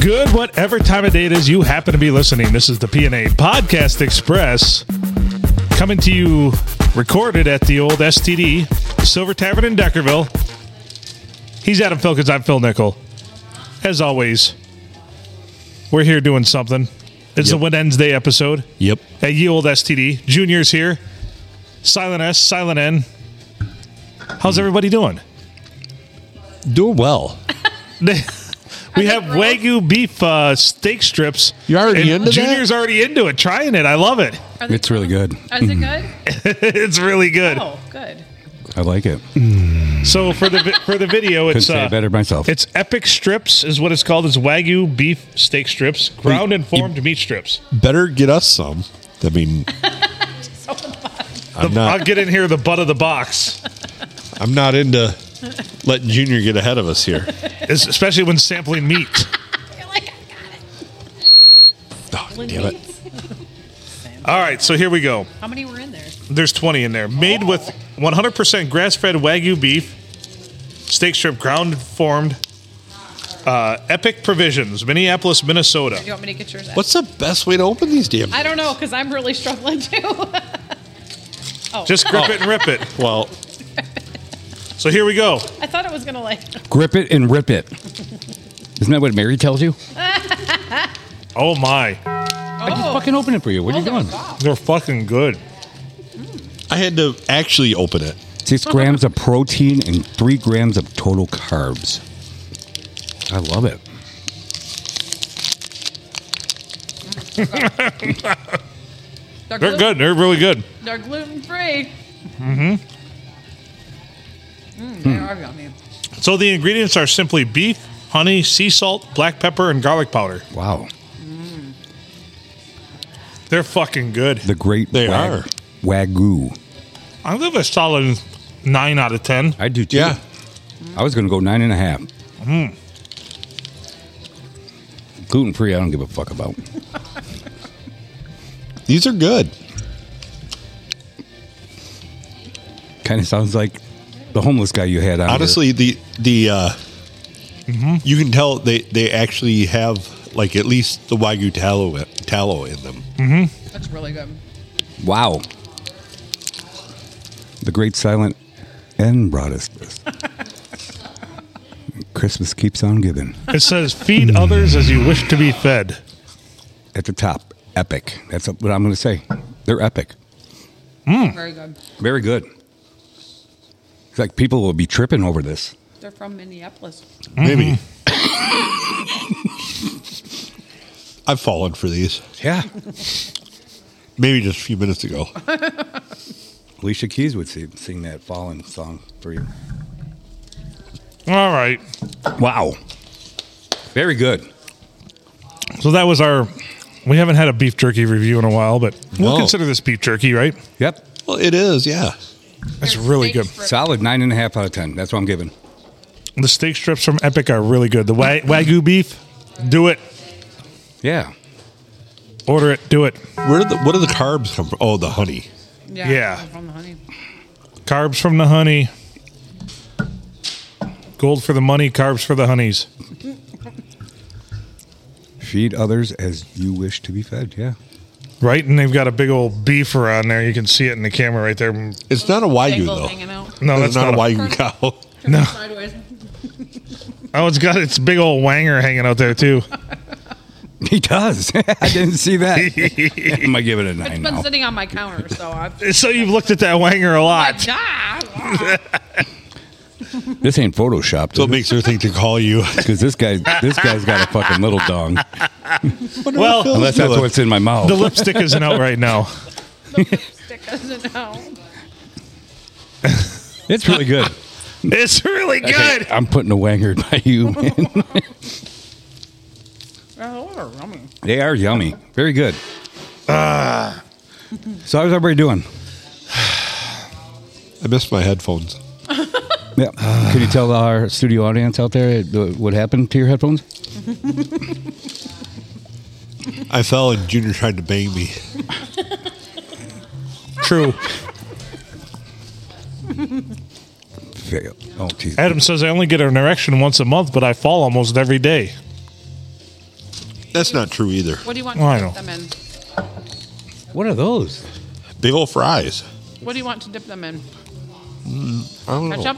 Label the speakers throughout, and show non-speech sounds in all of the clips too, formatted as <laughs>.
Speaker 1: good, whatever time of day it is you happen to be listening. This is the PNA Podcast Express coming to you recorded at the old STD Silver Tavern in Deckerville. He's Adam Filkins. I'm Phil Nickel. As always, we're here doing something. It's the
Speaker 2: Yep.
Speaker 1: Wednesday episode
Speaker 2: Yep.
Speaker 1: at Ye Old STD. Junior's here. Silent S, Silent N. How's everybody doing?
Speaker 2: Doing well.
Speaker 1: They- we
Speaker 3: they
Speaker 1: have
Speaker 3: grilled?
Speaker 1: wagyu beef uh, steak strips.
Speaker 2: You're already
Speaker 1: and
Speaker 2: into that?
Speaker 1: Junior's already into it, trying it. I love it. <laughs>
Speaker 3: Are they-
Speaker 4: It's really good.
Speaker 3: Is
Speaker 1: Mm-hmm.
Speaker 3: it good?
Speaker 1: it's really good.
Speaker 3: Oh, good.
Speaker 4: I like it.
Speaker 1: So for the vi- for the video,
Speaker 4: Couldn't
Speaker 1: it's
Speaker 4: say
Speaker 1: uh,
Speaker 4: it better myself.
Speaker 1: it's epic strips is what it's called. It's wagyu beef steak strips, ground and formed meat strips.
Speaker 2: Better get us some. I mean, I'm
Speaker 4: Uh.
Speaker 1: I'll
Speaker 2: not.
Speaker 1: get in here the butt of the box,
Speaker 2: I'm not into letting Junior get ahead of us here.
Speaker 1: es- especially when sampling meat.
Speaker 3: You're like, I got it.
Speaker 2: Oh, damn it!
Speaker 1: All right, so here we go.
Speaker 3: How many were in there?
Speaker 1: There's 20 in there. Made with 100% grass fed Wagyu beef, steak strip ground and formed, uh, Epic Provisions, Minneapolis, Minnesota.
Speaker 3: Do you want me to get yours? out?
Speaker 2: What's the best way to open these damn?
Speaker 3: I don't know because I'm really struggling too. <laughs>
Speaker 1: Just grip it and rip it.
Speaker 2: Well,
Speaker 1: So here we go.
Speaker 3: I thought it was gonna like.
Speaker 4: Grip it and rip it. Isn't that what Mary tells you?
Speaker 1: Oh my,
Speaker 3: Oh,
Speaker 4: I just fucking open it for you. What are
Speaker 3: Oh,
Speaker 4: you
Speaker 3: there was
Speaker 4: doing?
Speaker 3: wow.
Speaker 1: they're fucking good.
Speaker 2: I had to actually open it.
Speaker 4: Six grams of protein and three grams of total carbs. I love it.
Speaker 1: They're good. They're really good.
Speaker 3: They're gluten free.
Speaker 1: Hmm.
Speaker 3: Mm-hmm. they are yummy.
Speaker 1: So the ingredients are simply beef, honey, sea salt, black pepper, and garlic powder.
Speaker 4: Wow.
Speaker 1: They're fucking good.
Speaker 4: The great
Speaker 2: They are.
Speaker 4: Wagyu.
Speaker 1: I give it a solid nine out of ten.
Speaker 4: I do too.
Speaker 2: Yeah, Mm.
Speaker 4: I was going to go nine and a half. Gluten free, I don't give a fuck about.
Speaker 2: these are good.
Speaker 4: Kind of sounds like the homeless guy you had on. your-
Speaker 2: Honestly, the the uh, you can tell they they actually have like at least the wagyu tallow tallow in them.
Speaker 3: That's really good.
Speaker 4: Wow. The great silent N brought us <laughs> this. Christmas keeps on giving.
Speaker 1: It says feed others as you wish to be fed.
Speaker 4: At the top, epic. That's what I'm going to say. They're epic.
Speaker 1: Hmm.
Speaker 3: Very good.
Speaker 4: Very good. It's like people will be tripping over this.
Speaker 3: They're from Minneapolis.
Speaker 2: Maybe. <coughs> I've fallen for these.
Speaker 4: Yeah.
Speaker 2: Maybe just a few minutes ago.
Speaker 4: Alicia Keys would see, sing that Fallen song for you.
Speaker 1: All right.
Speaker 4: Wow. Very good.
Speaker 1: So that was our. We haven't had a beef jerky review in a while, but we'll
Speaker 2: No.
Speaker 1: consider this beef jerky, right?
Speaker 4: Yep.
Speaker 2: Well, it is, yeah.
Speaker 1: That's really good.
Speaker 4: Solid nine and a half out of 10. That's what I'm giving.
Speaker 1: The steak strips from Epic are really good. The wa- wagyu beef, do it.
Speaker 4: Yeah.
Speaker 1: Order it. Do it.
Speaker 2: Where did the what do the carbs come from? Oh, the honey.
Speaker 3: Yeah.
Speaker 1: Yeah.
Speaker 3: they're From the honey.
Speaker 1: Carbs from the honey. Gold for the money. Carbs for the honeys.
Speaker 4: Feed others as you wish to be fed. Yeah.
Speaker 1: Right, and they've got a big old beefer on there. You can see it in the camera right there. No,
Speaker 2: It's not a wagyu
Speaker 3: Bagel
Speaker 2: though.
Speaker 3: hanging out.
Speaker 1: that's
Speaker 2: it's not,
Speaker 1: not,
Speaker 2: a wagyu cow.
Speaker 3: Turn
Speaker 1: No.
Speaker 3: it Sideways.
Speaker 1: Oh, it's got its big old wanger hanging out there too.
Speaker 4: He does. <laughs> I didn't see that. I'm gonna give it a
Speaker 3: It's
Speaker 4: nine
Speaker 3: been
Speaker 4: now.
Speaker 3: sitting on my counter, so I've.
Speaker 1: So you've looked at that wanger a
Speaker 3: <laughs>
Speaker 1: lot.
Speaker 3: Ah,
Speaker 1: <laughs>
Speaker 4: This ain't photoshopped
Speaker 2: So it makes her think to call you.
Speaker 4: because this guy, this guy's got a fucking little dong.
Speaker 1: Well,
Speaker 4: Unless that's what's in my mouth.
Speaker 1: The lipstick isn't out right
Speaker 2: <laughs>
Speaker 1: now.
Speaker 3: stick doesn't know.
Speaker 4: It's really good.
Speaker 1: It's really good.
Speaker 4: I'm putting a wanger by you, man.
Speaker 3: <laughs> Oh, those are yummy. Uh.
Speaker 4: They are yummy. Very good. So how's everybody doing?
Speaker 2: I missed my headphones.
Speaker 4: Yeah. Can you tell our studio audience out there th- what happened to your headphones?
Speaker 2: I fell and Junior tried to bang me.
Speaker 1: True.
Speaker 4: Fail. Oh, geez.
Speaker 1: Adam says I only get an erection once a month, but I fall almost every day.
Speaker 2: That's not true either.
Speaker 3: What do you want
Speaker 1: Well, I
Speaker 3: to dip
Speaker 1: don't-
Speaker 3: them in?
Speaker 4: What are those?
Speaker 2: Big old fries.
Speaker 3: What do you want to dip them in?
Speaker 2: I don't know.
Speaker 3: Ketchup?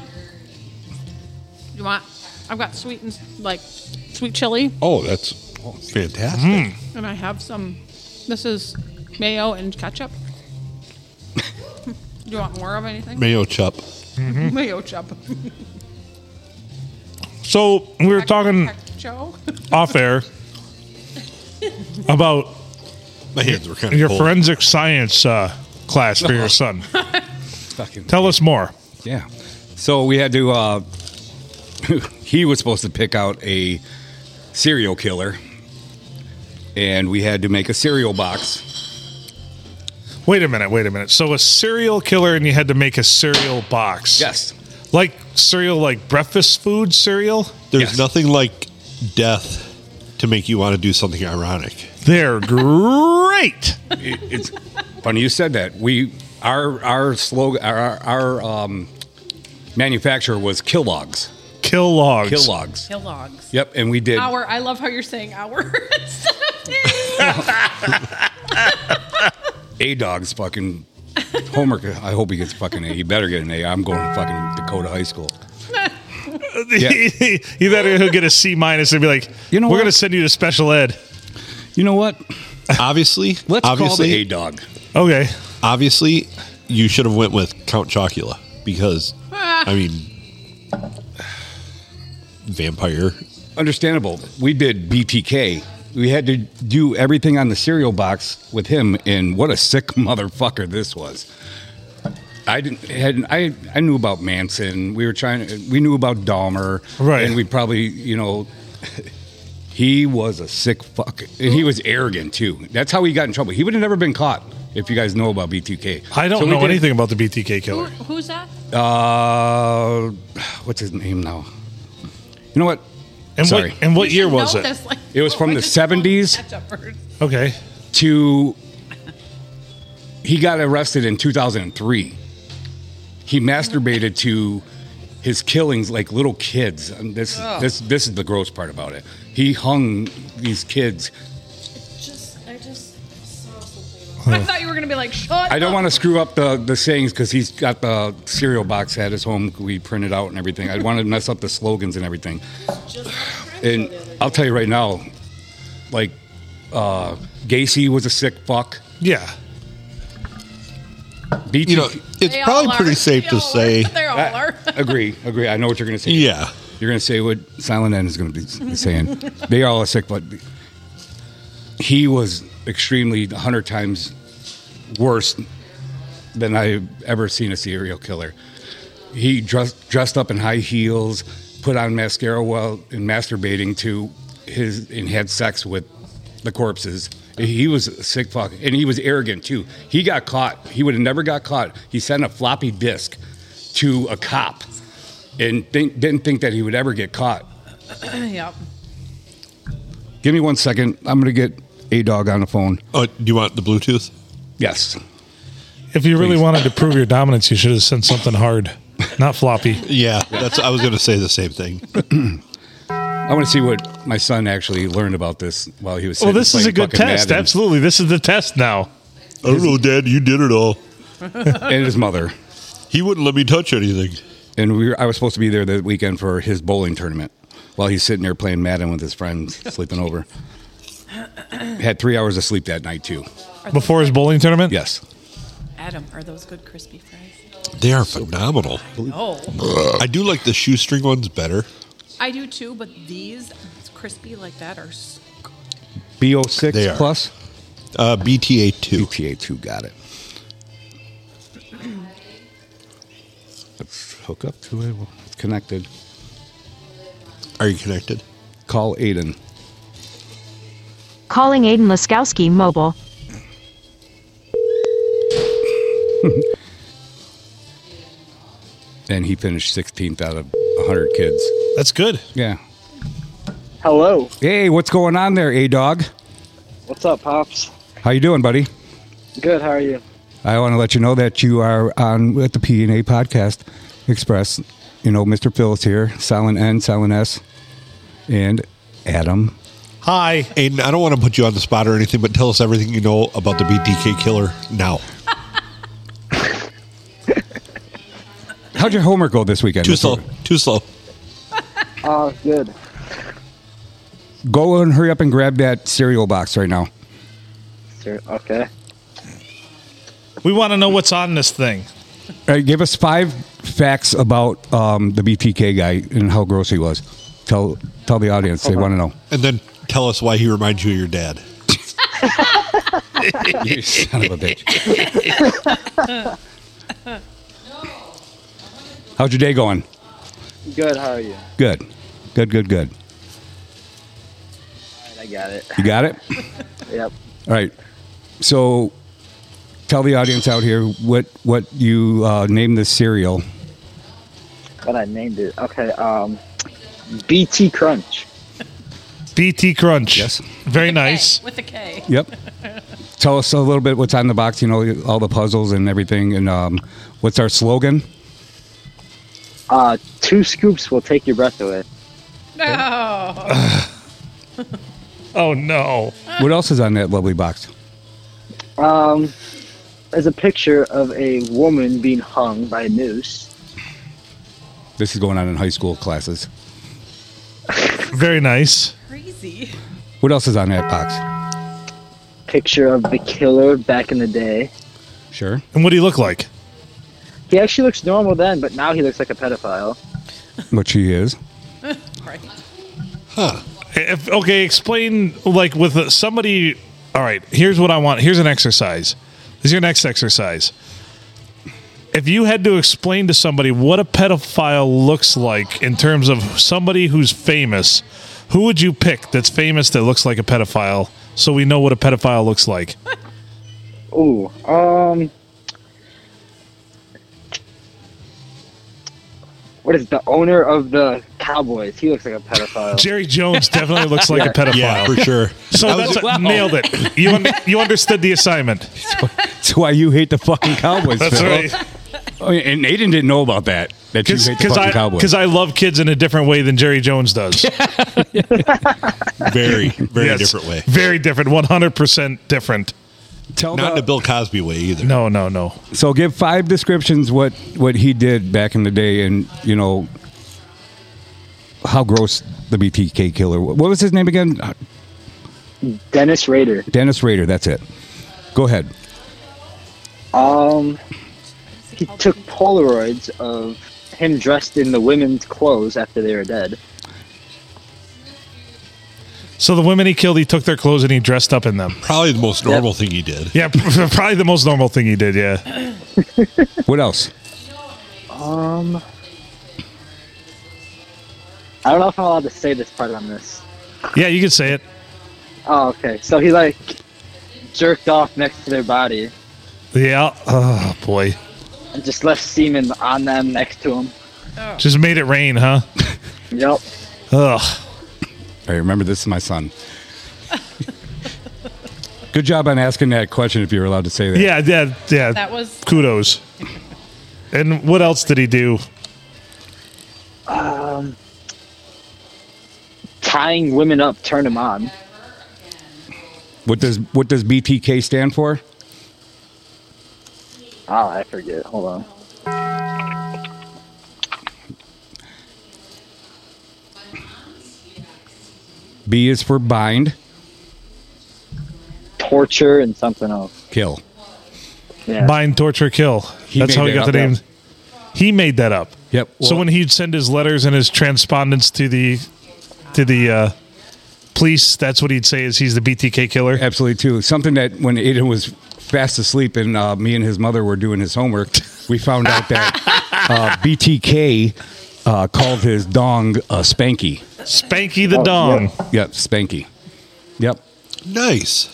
Speaker 3: You want? I've got sweet and like sweet chili,
Speaker 2: Oh, that's fantastic.
Speaker 3: and I have some. This is mayo and ketchup. Do you want more of anything?
Speaker 2: Mayo chup.
Speaker 3: Mayo chop.
Speaker 1: So we were talking
Speaker 3: Joe.
Speaker 1: off air about
Speaker 2: My hands were kind of
Speaker 1: your
Speaker 2: cold.
Speaker 1: forensic science uh, class for
Speaker 4: <laughs>
Speaker 1: your son.
Speaker 4: Fucking
Speaker 1: Tell us more.
Speaker 4: yeah. So we had to. Uh, <laughs> he was supposed to pick out a serial killer, and we had to make a cereal box.
Speaker 1: Wait a minute. Wait a minute. So a serial killer, and you had to make a cereal box.
Speaker 4: Yes.
Speaker 1: Like cereal, like breakfast food cereal.
Speaker 2: There's
Speaker 4: Yes.
Speaker 2: nothing like death to make you want to do something ironic.
Speaker 1: They're great.
Speaker 4: It- it's funny you said that. We our our slogan our our um, manufacturer was Kill Logs.
Speaker 1: Kill logs.
Speaker 4: Kill Logs.
Speaker 3: Kellogg's.
Speaker 4: Yep, and we did.
Speaker 3: Our. I love how you're saying our.
Speaker 4: A Dog's fucking homework. I hope he gets fucking A. He better get an A. I'm going to fucking Dakota High School.
Speaker 1: <laughs>
Speaker 4: Yeah.
Speaker 1: you better he'll get a C minus and be like,
Speaker 4: You know
Speaker 1: we're
Speaker 4: what?
Speaker 1: going to send you to special ed.
Speaker 4: You know what?
Speaker 2: Obviously,
Speaker 4: Let's call the A
Speaker 2: obviously,
Speaker 4: Dog.
Speaker 1: Okay.
Speaker 2: obviously, you should have went with Count Chocula because
Speaker 3: Ah.
Speaker 2: I mean, vampire.
Speaker 4: Understandable. We did BTK. We had to do everything on the cereal box with him, and what a sick <laughs> motherfucker this was. I didn't had I I knew about Manson. We were trying. We knew about Dahmer,
Speaker 1: Right.
Speaker 4: And we probably you know. <laughs> He was a sick fuck, and he was arrogant too. That's how he got in trouble. He would have never been caught if you guys know about BTK.
Speaker 1: I don't
Speaker 4: So we
Speaker 1: know
Speaker 4: did-
Speaker 1: anything about the BTK
Speaker 3: Who,
Speaker 1: killer.
Speaker 3: who's that?
Speaker 4: Uh, what's his name now? You know what?
Speaker 1: And
Speaker 4: Sorry.
Speaker 1: what, and what year was
Speaker 3: No,
Speaker 1: it?
Speaker 3: that's like-
Speaker 4: It was from
Speaker 3: Why
Speaker 4: the
Speaker 3: did you want
Speaker 4: 70s.
Speaker 3: ketchup first?
Speaker 1: Okay.
Speaker 4: to he got arrested in 2003 he masturbated to his killings like little kids and this this this is the gross part about it he hung these kids
Speaker 5: Just, I just saw something.
Speaker 4: Uh,
Speaker 3: I thought you were gonna be like, shut
Speaker 4: i don't
Speaker 3: up.
Speaker 4: want to screw up the the sayings because he's got the cereal box at his home we printed out and everything i want to mess up the slogans and everything
Speaker 5: Just
Speaker 4: and i'll tell you right now like uh gacy was a sick fuck
Speaker 1: Yeah.
Speaker 4: BT,
Speaker 2: You know, it's
Speaker 3: They all
Speaker 2: probably
Speaker 3: are.
Speaker 2: pretty safe
Speaker 3: They
Speaker 2: to
Speaker 3: all are.
Speaker 2: say,
Speaker 3: <laughs> They all are.
Speaker 4: <laughs> agree agree i know what you're gonna say
Speaker 2: <laughs> yeah.
Speaker 4: You're going to say what Silent N is going to be saying. they all are sick, but he was extremely 100 times worse than I've ever seen a serial killer. He dressed, dressed up in high heels, put on mascara while and masturbating to his and had sex with the corpses. He was a sick fuck, and he was arrogant too. He got caught. He would have never got caught. He sent a floppy disk to a cop, and think, didn't think that he would ever get caught.
Speaker 3: <laughs> yep.
Speaker 4: Give me one second. I'm gonna get a dog on the phone.
Speaker 2: Oh, do you want the Bluetooth?
Speaker 4: Yes.
Speaker 1: If you really
Speaker 4: Please.
Speaker 1: wanted to prove your dominance, you should have sent something hard, not
Speaker 4: <laughs>
Speaker 1: floppy.
Speaker 2: Yeah, that's. I was going to say the same thing.
Speaker 4: I want to see what my son actually learned about this while he was.
Speaker 1: Well,
Speaker 4: sitting
Speaker 1: this is
Speaker 4: playing
Speaker 1: a good
Speaker 4: fucking
Speaker 1: test.
Speaker 4: Madden
Speaker 1: Absolutely. This is the test now.
Speaker 2: <laughs> I don't know, Dad. You did it all.
Speaker 4: And his mother.
Speaker 2: He wouldn't let me touch anything.
Speaker 4: And we were, I was supposed to be there that weekend for his bowling tournament while he's sitting there playing Madden with his
Speaker 1: <laughs>
Speaker 4: friends, sleeping over. Had three hours of sleep that night too.
Speaker 1: Before his bowling tournament?
Speaker 4: Yes.
Speaker 3: Adam, are those good crispy fries?
Speaker 2: They are phenomenal.
Speaker 3: No.
Speaker 2: I do like the shoestring ones better.
Speaker 3: I do too, but these crispy like that are. s-
Speaker 4: Bo
Speaker 2: They
Speaker 4: oh six
Speaker 2: are.
Speaker 4: plus.
Speaker 2: Uh, BTA two.
Speaker 4: ETA two got it. Let's hook up to it. It's connected.
Speaker 2: Are you connected?
Speaker 4: Call Aiden.
Speaker 6: Calling Aiden Laskowski Mobile.
Speaker 4: and he finished 16th out of 100 kids.
Speaker 1: That's good.
Speaker 4: Yeah.
Speaker 7: Hello.
Speaker 4: Hey, what's going on there, A Dog?
Speaker 7: What's up, Pops?
Speaker 4: How you doing, buddy?
Speaker 7: Good, how are you?
Speaker 4: I want to let you know that you are on with the P and A Podcast Express. You know, Mr. Phil's here, Silent N, Silent S, and Adam
Speaker 8: Hi.
Speaker 2: Aiden, I don't want to put you on the spot or anything, but tell us everything you know about the BTK killer now.
Speaker 4: How'd your homework go this weekend?
Speaker 2: Too slow. Too slow.
Speaker 7: Oh, good.
Speaker 4: Go and hurry up and grab that cereal box right now.
Speaker 7: Sure. Okay.
Speaker 1: We want to know what's on this thing.
Speaker 4: Uh, give us five facts about um, the BTK guy and how gross he was. Tell tell the audience they want to know.
Speaker 2: And then tell us why he reminds you of your dad.
Speaker 4: You son of a bitch. How's your day going?
Speaker 7: Good. How are you?
Speaker 4: Good, good, good, good.
Speaker 7: All right, I got <laughs> it.
Speaker 4: You got it.
Speaker 7: Yep.
Speaker 4: All right. So, tell the audience out here what what you uh, named this cereal.
Speaker 7: But I named it. Okay. Um, BT Crunch.
Speaker 1: BT Crunch.
Speaker 4: Yes.
Speaker 1: Very nice.
Speaker 3: With a K.
Speaker 4: <laughs> Yep. Tell us a little bit what's on the box. You know all the puzzles and everything, and um, what's our slogan?
Speaker 7: Uh, two scoops will take your breath away.
Speaker 3: No.
Speaker 1: Oh no.
Speaker 4: What else is on that lovely box?
Speaker 7: Um, there's a picture of a woman being hung by a noose.
Speaker 4: This is going on in high school classes.
Speaker 1: Very nice.
Speaker 3: Crazy.
Speaker 4: What else is on that box?
Speaker 7: Picture of the killer back in the day.
Speaker 4: Sure.
Speaker 1: And what do you look like?
Speaker 7: He actually looks normal then, but now he looks like a pedophile.
Speaker 4: What she is.
Speaker 3: Right.
Speaker 1: If, okay, explain like with uh, somebody. All right, here's what I want. Here's an exercise. This is your next exercise. If you had to explain to somebody what a pedophile looks like in terms of somebody who's famous, who would you pick that's famous that looks like a pedophile so we know what a pedophile looks like?
Speaker 7: Ooh. Um. What is the owner of the Cowboys? He looks like a pedophile.
Speaker 1: Jerry
Speaker 2: <laughs>
Speaker 1: Jones definitely looks like a pedophile.
Speaker 2: Yeah, <laughs> for sure.
Speaker 1: So
Speaker 2: I was-
Speaker 1: that's nailed it. You un- you understood the
Speaker 2: <laughs>
Speaker 1: assignment.
Speaker 4: That's why you hate
Speaker 1: <laughs>
Speaker 4: the fucking Cowboys.
Speaker 1: That's
Speaker 4: Phil.
Speaker 1: right.
Speaker 4: Oh, yeah, and Aiden didn't know about that. That you hate the
Speaker 1: Because
Speaker 4: fucking
Speaker 1: I
Speaker 4: Cowboys.
Speaker 1: because I love kids in a different way than Jerry Jones does.
Speaker 2: very, very
Speaker 1: Yes.
Speaker 2: different way.
Speaker 1: Very different. One hundred percent different.
Speaker 4: Tell
Speaker 2: Not in
Speaker 4: the-
Speaker 2: a Bill Cosby way either.
Speaker 1: No, no, no.
Speaker 4: So give five descriptions what what he did back in the day, and you know how gross the BTK killer. What was his name again?
Speaker 7: Dennis Rader.
Speaker 4: Dennis Rader. That's it. Go ahead.
Speaker 7: Um, he took Polaroids of him dressed in the women's clothes after they were dead.
Speaker 1: So the women he killed, he took their clothes and he dressed up in them. <laughs>
Speaker 2: Probably the most normal thing he did.
Speaker 1: Yeah, probably the most normal thing he did. Yeah,
Speaker 4: What else?
Speaker 7: Um, I don't know if I'm allowed to say this part on this.
Speaker 1: yeah. You can say it.
Speaker 7: Oh, okay. So he like jerked off next to their body
Speaker 1: Yeah. Oh boy,
Speaker 7: and just left semen on them next to him.
Speaker 1: just made it rain, huh?
Speaker 7: Yep.
Speaker 1: Ugh.
Speaker 4: I remember this is my son. <laughs> Good job on asking that question. If you were allowed to say that.
Speaker 1: Yeah, yeah, yeah.
Speaker 3: That was
Speaker 1: Kudos. And what else did he do?
Speaker 7: Tying women up, turn them on.
Speaker 4: What does what does BTK stand for?
Speaker 7: Oh, I forget. Hold on.
Speaker 4: B is for bind,
Speaker 7: Torture and something else.
Speaker 4: kill.
Speaker 7: Yeah.
Speaker 1: Bind, torture, kill.
Speaker 4: He
Speaker 1: That's
Speaker 4: made
Speaker 1: how he
Speaker 4: that
Speaker 1: got the
Speaker 4: up,
Speaker 1: name. He made that up.
Speaker 4: Yep.
Speaker 1: so when he'd send his letters and his transpondence to the to the uh, police, that's what he'd say is he's the BTK killer.
Speaker 4: Absolutely, too. Something that when Aiden was fast asleep and uh, me and his mother were doing his homework, we found out that uh, BTK uh, called his dong uh, Spanky.
Speaker 1: Spanky the Dong.
Speaker 4: Yep, Spanky. Yep.
Speaker 2: Nice.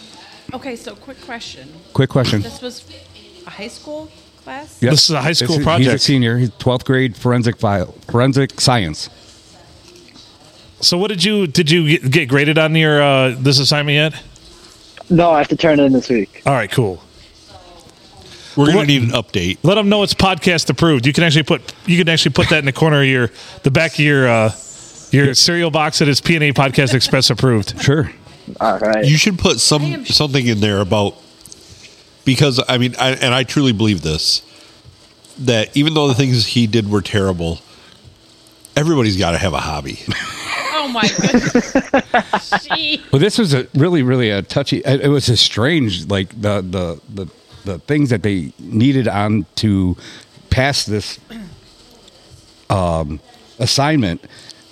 Speaker 3: okay. So, quick question.
Speaker 4: Quick question.
Speaker 3: This was a high school class.
Speaker 4: Yep.
Speaker 1: This is a high school
Speaker 4: is- He's a
Speaker 1: project.
Speaker 4: senior. He's 12th grade forensic file, forensic science.
Speaker 1: So what did you did you get, get graded on your uh, this assignment yet?
Speaker 7: No, I have to turn it in this week.
Speaker 1: All right, cool.
Speaker 2: We're gonna
Speaker 1: What-
Speaker 2: need an update.
Speaker 1: Let them know it's podcast approved. You can actually put you can actually put that in the corner of your the back of your uh, your cereal box that is PNA Podcast Express approved.
Speaker 4: Sure.
Speaker 7: All right.
Speaker 2: You should put some something in there about because I mean, I, and I truly believe this that even though the things he did were terrible, everybody's got to have a hobby.
Speaker 3: Oh my goodness. Gee.
Speaker 4: Well, this was a really, really a touchy. It it was a strange, like the the the, the things that they needed on to pass this um, assignment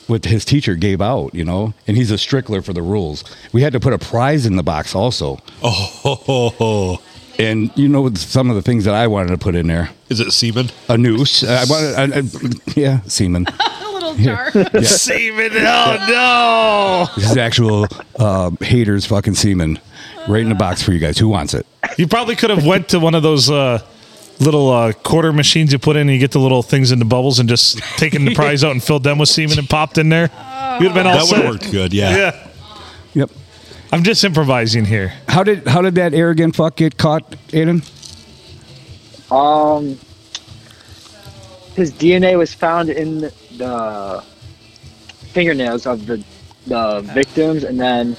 Speaker 4: with his teacher gave out, you know, and he's a strickler for the rules. We had to put a prize in the box also,
Speaker 2: Oh,
Speaker 4: and you know some of the things that I wanted to put in there:
Speaker 2: <laughs> is it semen?
Speaker 4: a noose. I wanted, I, I, yeah, semen.
Speaker 3: A little jar. <laughs>
Speaker 1: Semen. Oh no.
Speaker 4: This is actual uh, haters fucking semen, right in the box for you guys. Who wants it?
Speaker 1: You probably could have went to one of those uh, little uh, quarter machines you put in, and you get the little things in the bubbles, and just taken the prize out and filled them with semen and popped in there. You'd have been all
Speaker 2: that would
Speaker 1: set.
Speaker 2: have worked good. Yeah.
Speaker 1: Yeah,
Speaker 4: Yep.
Speaker 1: I'm just improvising here.
Speaker 4: How did how did that arrogant fuck get caught, Aiden?
Speaker 7: Um, his DNA was found in the fingernails of the the victims, and then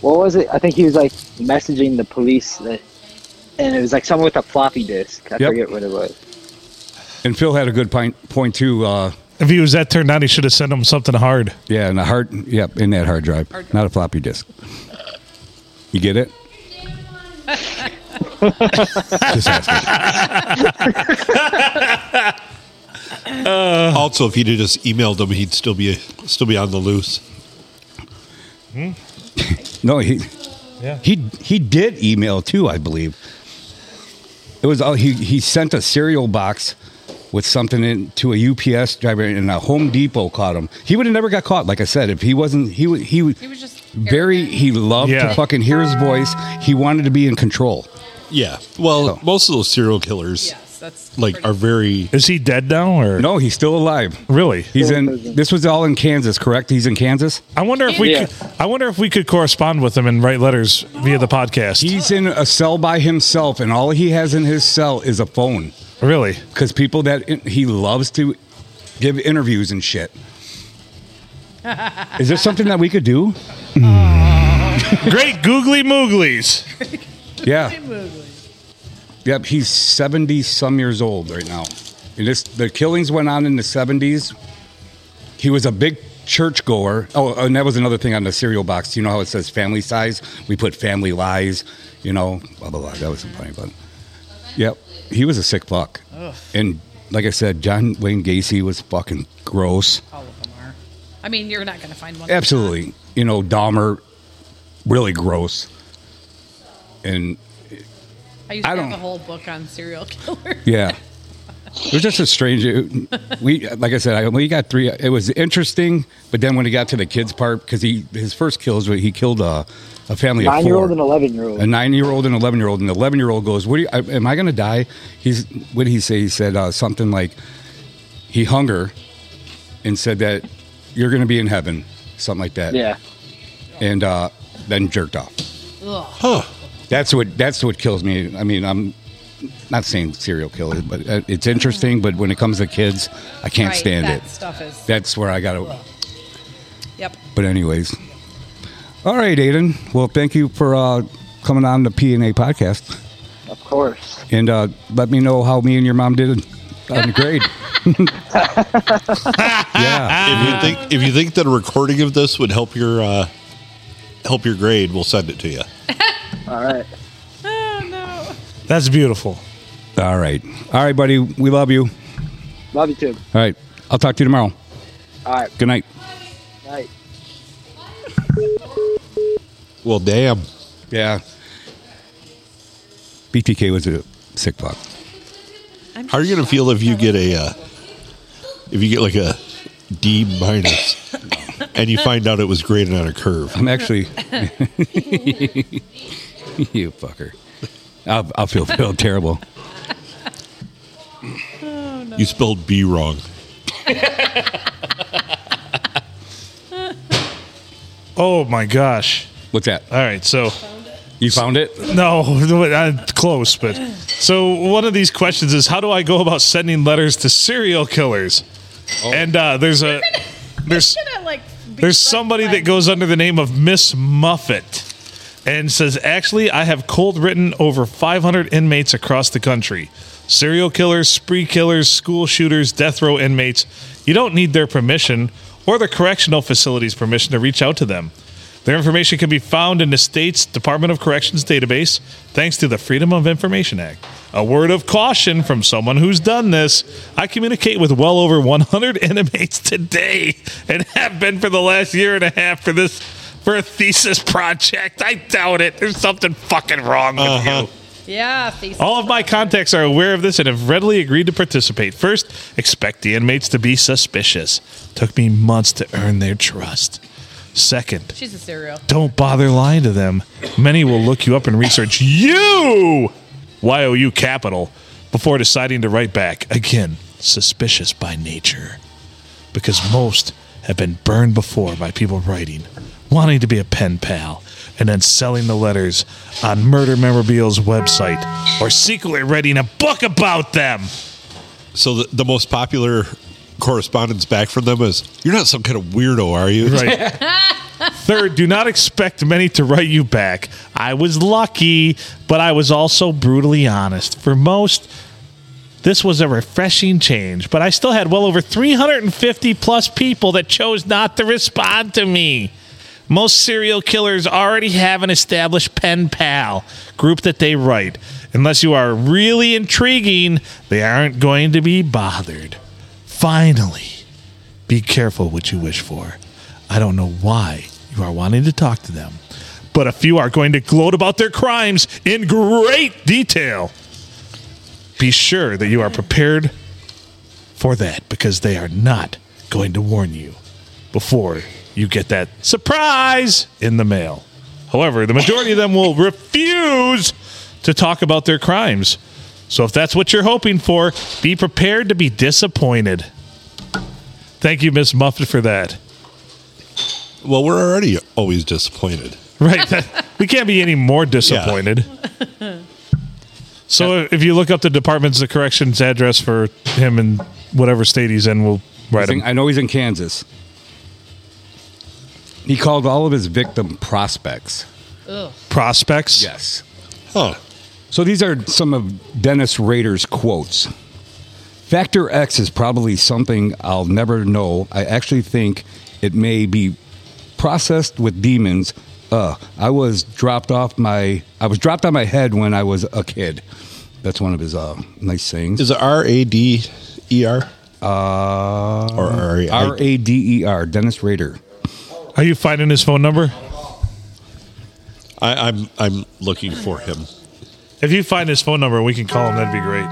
Speaker 7: what was it? I think he was like messaging the police, that, and it was like someone with a floppy disk. I
Speaker 4: Yep.
Speaker 7: forget what it was.
Speaker 4: And Phil had a good point point too. Uh,
Speaker 1: If he was that turned out, he should have sent him something hard.
Speaker 4: yeah, in a hard yep in that hard drive, not a floppy disk. You
Speaker 1: <laughs>
Speaker 4: get it? Just asking.
Speaker 2: Also, if he'd have just emailed him, he'd still be still be on the loose.
Speaker 4: No, he
Speaker 1: Yeah.
Speaker 4: he he did email too, I believe. It was all he he sent a cereal box with something in to a UPS driver and a Home Depot caught him. He would have never got caught, like I said, if he wasn't he would he would
Speaker 3: He was just
Speaker 4: <laughs> very
Speaker 3: arrogant.
Speaker 4: he loved
Speaker 1: Yeah.
Speaker 4: to fucking hear his voice he wanted to be in control
Speaker 2: Yeah. Well,
Speaker 4: So-
Speaker 2: most of those serial killers
Speaker 3: Yes, that's
Speaker 2: like
Speaker 4: uh,
Speaker 3: pretty-
Speaker 2: are very
Speaker 1: Is he dead now, or
Speaker 4: no he's still alive
Speaker 1: Really?
Speaker 4: he's in this was all in kansas correct he's in kansas
Speaker 1: I wonder if we.
Speaker 7: Yeah.
Speaker 1: Could, I wonder if we could correspond with him and write letters via the podcast.
Speaker 4: he's in a cell by himself and all he has in his cell is a phone
Speaker 1: really?
Speaker 4: because people that he loves to give interviews and <laughs> shit is there something that we could do
Speaker 1: Great googly mooglies.
Speaker 4: yeah yep he's 70 some years old right now and this the killings went on in the 70s he was a big churchgoer. Oh, and that was another thing on the cereal box. You know how it says family size? We put family lies, you know, blah, blah, blah. That wasn't funny, but yep. He was a sick fuck. And like I said, John Wayne Gacy was fucking gross.
Speaker 3: All of them are. I mean, you're not going to find one. that's
Speaker 4: Absolutely. You know, Dahmer, really gross. And
Speaker 3: not. I used to
Speaker 4: I
Speaker 3: have
Speaker 4: don't-
Speaker 3: a whole book on serial <laughs> killers.
Speaker 4: Yeah. It was just a strange. It, we like I said, I only got three. It was interesting, but then when he got to the kids part, because he his first kills, he killed a, a family of
Speaker 7: Nine year old
Speaker 4: four.
Speaker 7: and eleven year old.
Speaker 4: a nine year old and eleven year old, and the eleven year old goes, "What do you, I, am I going to die?" He's what did he say? He said uh, something like, "He hung her," and said that you're going to be in heaven, something like that.
Speaker 7: Yeah.
Speaker 4: and uh, then jerked off.
Speaker 2: huh.
Speaker 4: That's what that's what kills me. I mean, I'm not saying serial killer, but uh, it's interesting. But when it comes to kids, I can't
Speaker 3: Right,
Speaker 4: stand
Speaker 3: that
Speaker 4: it.
Speaker 3: stuff is.
Speaker 4: That's where I got to.
Speaker 3: Yep.
Speaker 4: But anyways, all right, Aiden. Well, thank you for uh, coming on the P and A podcast,
Speaker 7: Of course.
Speaker 4: and uh, let me know how me and your mom did on the grade. <laughs> yeah,
Speaker 2: if you think if you think that a recording of this would help your uh, help your grade, we'll send it to you.
Speaker 7: All right.
Speaker 3: Oh, no.
Speaker 1: That's beautiful.
Speaker 4: all right, all right, buddy. We love you. All
Speaker 7: Love you too.
Speaker 4: right, I'll talk to you tomorrow.
Speaker 7: All right.
Speaker 4: Good night.
Speaker 7: Night.
Speaker 2: Well, damn.
Speaker 4: Yeah. BTK was a sick fuck.
Speaker 2: How are you gonna feel if you get a uh, if you get like a D minus and you find out it was graded on a curve?
Speaker 4: I'm actually. <laughs> you fucker. I'll, I'll feel, feel terrible.
Speaker 2: You spelled B wrong.
Speaker 1: Oh my gosh.
Speaker 4: What's that?
Speaker 1: All right, so
Speaker 4: You found it?
Speaker 1: No, <laughs> i close, but so one of these questions is how do I go about sending letters to serial killers? And uh, there's a there's
Speaker 3: Should I, like, big
Speaker 1: There's
Speaker 3: red
Speaker 1: somebody that
Speaker 3: flag.
Speaker 1: goes under the name of Miss Muffet and says, Actually, I have cold written over 500 inmates across the country serial killers, spree killers, school shooters, death row inmates. You don't need their permission or the correctional facility's permission to reach out to them. Their information can be found in the state's Department of Corrections database thanks to the Freedom of Information Act. A word of caution from someone who's done this. I communicate with well over 100 <laughs> inmates today and have been for the last year and a half for this for a thesis project. I doubt it. There's something fucking wrong with you.
Speaker 3: Yeah, thesis.
Speaker 1: All of my contacts are aware of this and have readily agreed to participate. First, expect the inmates to be suspicious. Took me months to earn their trust. Second,
Speaker 3: She's a serial.
Speaker 1: don't bother lying to them. Many will look you up and research you, YOU capital, before deciding to write back. Again, suspicious by nature. Because most have been burned before by people writing, wanting to be a pen pal, and then selling the letters on Murder Memorabilia's website or secretly writing a book about them.
Speaker 2: So the, the most popular correspondence back from them is, "You're not some kind of weirdo, are you?"
Speaker 1: Right. Third, do not expect many to write you back. I was lucky, but I was also brutally honest. For most, this was a refreshing change, but I still had well over 350 plus people that chose not to respond to me. Most serial killers already have an established pen pal group that they write. Unless you are really intriguing, they aren't going to be bothered. Finally, be careful what you wish for. I don't know why you are wanting to talk to them, but a few are going to gloat about their crimes in great detail. Be sure that you are prepared for that because they are not going to warn you before you get that surprise in the mail. However, the majority of them will refuse to talk about their crimes. So if that's what you're hoping for, be prepared to be disappointed. Thank you, Miss Muffet, for that. <laughs>
Speaker 2: Well, we're already always disappointed.
Speaker 1: Right. that- we can't be any more disappointed. <laughs> So if you look up the department's the corrections address for him in whatever state he's in, we'll write him.
Speaker 4: I know he's in Kansas. He called all of his victim prospects.
Speaker 1: Prospects.
Speaker 4: Yes.
Speaker 2: Huh.
Speaker 4: So these are some of Dennis Rader's quotes. Factor X is probably something I'll never know. I actually think it may be processed with demons. Uh, I was dropped off my I was dropped on my head when I was a kid. That's one of his uh, nice sayings.
Speaker 2: Is it R A D E R
Speaker 4: Uh,
Speaker 2: or R A
Speaker 4: R
Speaker 2: I?
Speaker 4: A D E R Dennis Rader.
Speaker 1: Are you finding his phone number?
Speaker 2: I- I'm I'm looking for him.
Speaker 1: If you find his phone number, we can call him. That'd be great.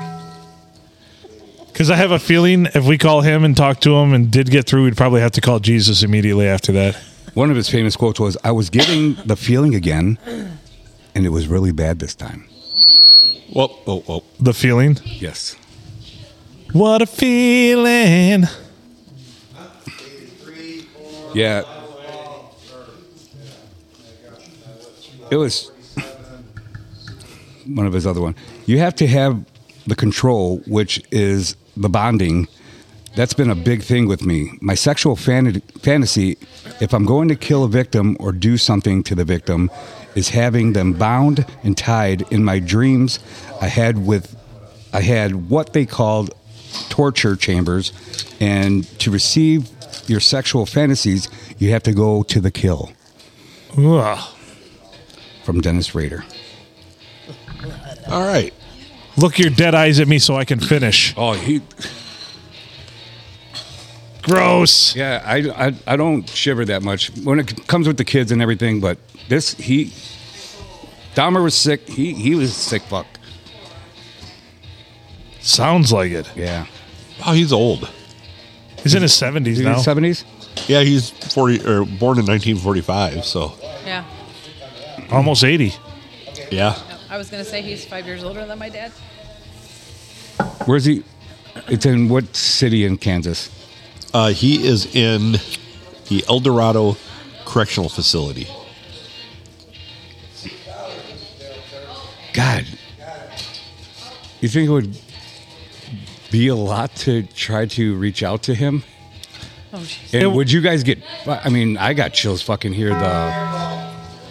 Speaker 1: Because I have a feeling if we call him and talk to him and did get through, we'd probably have to call Jesus immediately after that.
Speaker 4: One of his famous quotes was, "I was getting the feeling again, and it was really bad this time."
Speaker 2: Whoa, whoa, whoa!
Speaker 1: The feeling.
Speaker 4: Yes.
Speaker 1: What a feeling.
Speaker 4: Yeah. It was one of his other one. You have to have the control, which is the bonding. That's been a big thing with me. My sexual fan- fantasy, if I'm going to kill a victim or do something to the victim, is having them bound and tied in my dreams. I had with, I had what they called torture chambers, and to receive your sexual fantasies, you have to go to the kill.
Speaker 1: Ugh.
Speaker 4: From Dennis Rader.
Speaker 2: All right.
Speaker 1: Look your dead eyes at me so I can finish.
Speaker 4: Oh, he.
Speaker 1: Gross.
Speaker 4: Yeah, I, I, I don't shiver that much when it comes with the kids and everything, but this he. Dahmer was sick. He he was a sick fuck.
Speaker 1: Sounds like it.
Speaker 4: Yeah.
Speaker 2: Oh, he's old.
Speaker 1: He's in his 70s now.
Speaker 4: Seventies.
Speaker 2: Yeah, he's forty or born in 1945. So
Speaker 3: Yeah.
Speaker 1: Almost 80.
Speaker 2: yeah,
Speaker 3: I was gonna say he's five years older than my dad. <laughs>
Speaker 4: Where's he? It's in what city in Kansas?
Speaker 2: uh, he is in the El Dorado Correctional Facility.
Speaker 4: God. You think it would be a lot to try to reach out to him?
Speaker 3: Oh, jeez.
Speaker 4: And would you guys get? I mean, I got chills. Fucking hear the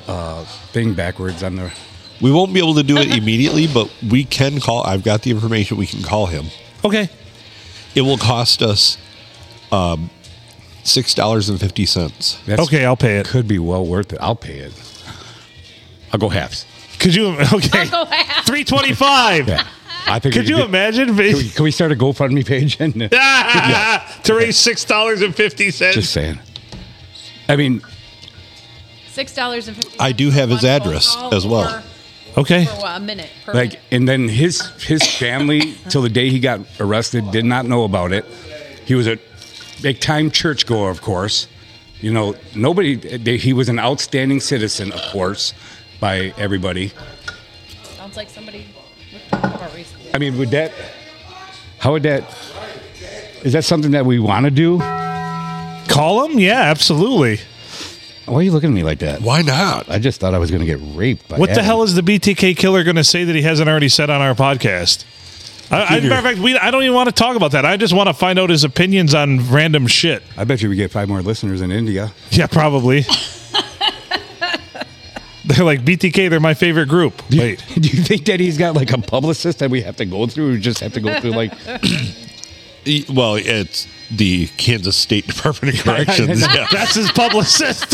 Speaker 4: uh, thing backwards on the.
Speaker 2: We won't be able to do
Speaker 4: <laughs>
Speaker 2: it immediately, but we can call. I've got the information. We can call him.
Speaker 1: Okay.
Speaker 2: It will cost us um, six dollars and fifty cents.
Speaker 4: That's,
Speaker 1: Okay, I'll pay it.
Speaker 4: Could be well worth it. I'll pay it. I'll go halves.
Speaker 1: Could you? Okay. Three twenty-five.
Speaker 4: Yeah, I think.
Speaker 1: Could
Speaker 4: we
Speaker 1: you
Speaker 4: get-
Speaker 1: imagine?
Speaker 4: Can <laughs> we, can we start a GoFundMe page? <laughs> And
Speaker 1: <laughs> to raise six dollars and fifty
Speaker 4: just
Speaker 1: cents.
Speaker 4: saying. I mean,
Speaker 3: Six dollars and fifty.
Speaker 2: I do have his address as well.
Speaker 1: Okay.
Speaker 3: For what, a minute. Per
Speaker 4: like,
Speaker 3: minute.
Speaker 4: and then his his <laughs> family till the day he got arrested did not know about it. He was a big time churchgoer, of course. You know, nobody. They, he was an outstanding citizen, of course, by everybody.
Speaker 3: Sounds like somebody looked up about recently.
Speaker 4: I mean, would that? How would that? Is that something that we want to do? Why
Speaker 1: Call him? Yeah, absolutely.
Speaker 4: are you looking at me like that?
Speaker 2: Why not?
Speaker 4: I just thought I was going to get raped. By
Speaker 1: What the
Speaker 4: Adam.
Speaker 1: hell is the BTK killer going to say that he hasn't already said on our podcast? I, I, matter of fact, we, I don't even want to talk about that. I just want to find out his opinions on random shit.
Speaker 4: I bet you we get five more listeners in India.
Speaker 1: Yeah, probably. They're like BTK. They're my favorite group. Wait,
Speaker 4: <laughs> Do you think that he's got like a publicist that we have to go through? We just have to go through like
Speaker 2: E- Well, it's the Kansas State <laughs> Department of Corrections. yeah.
Speaker 1: that's his publicist. <laughs>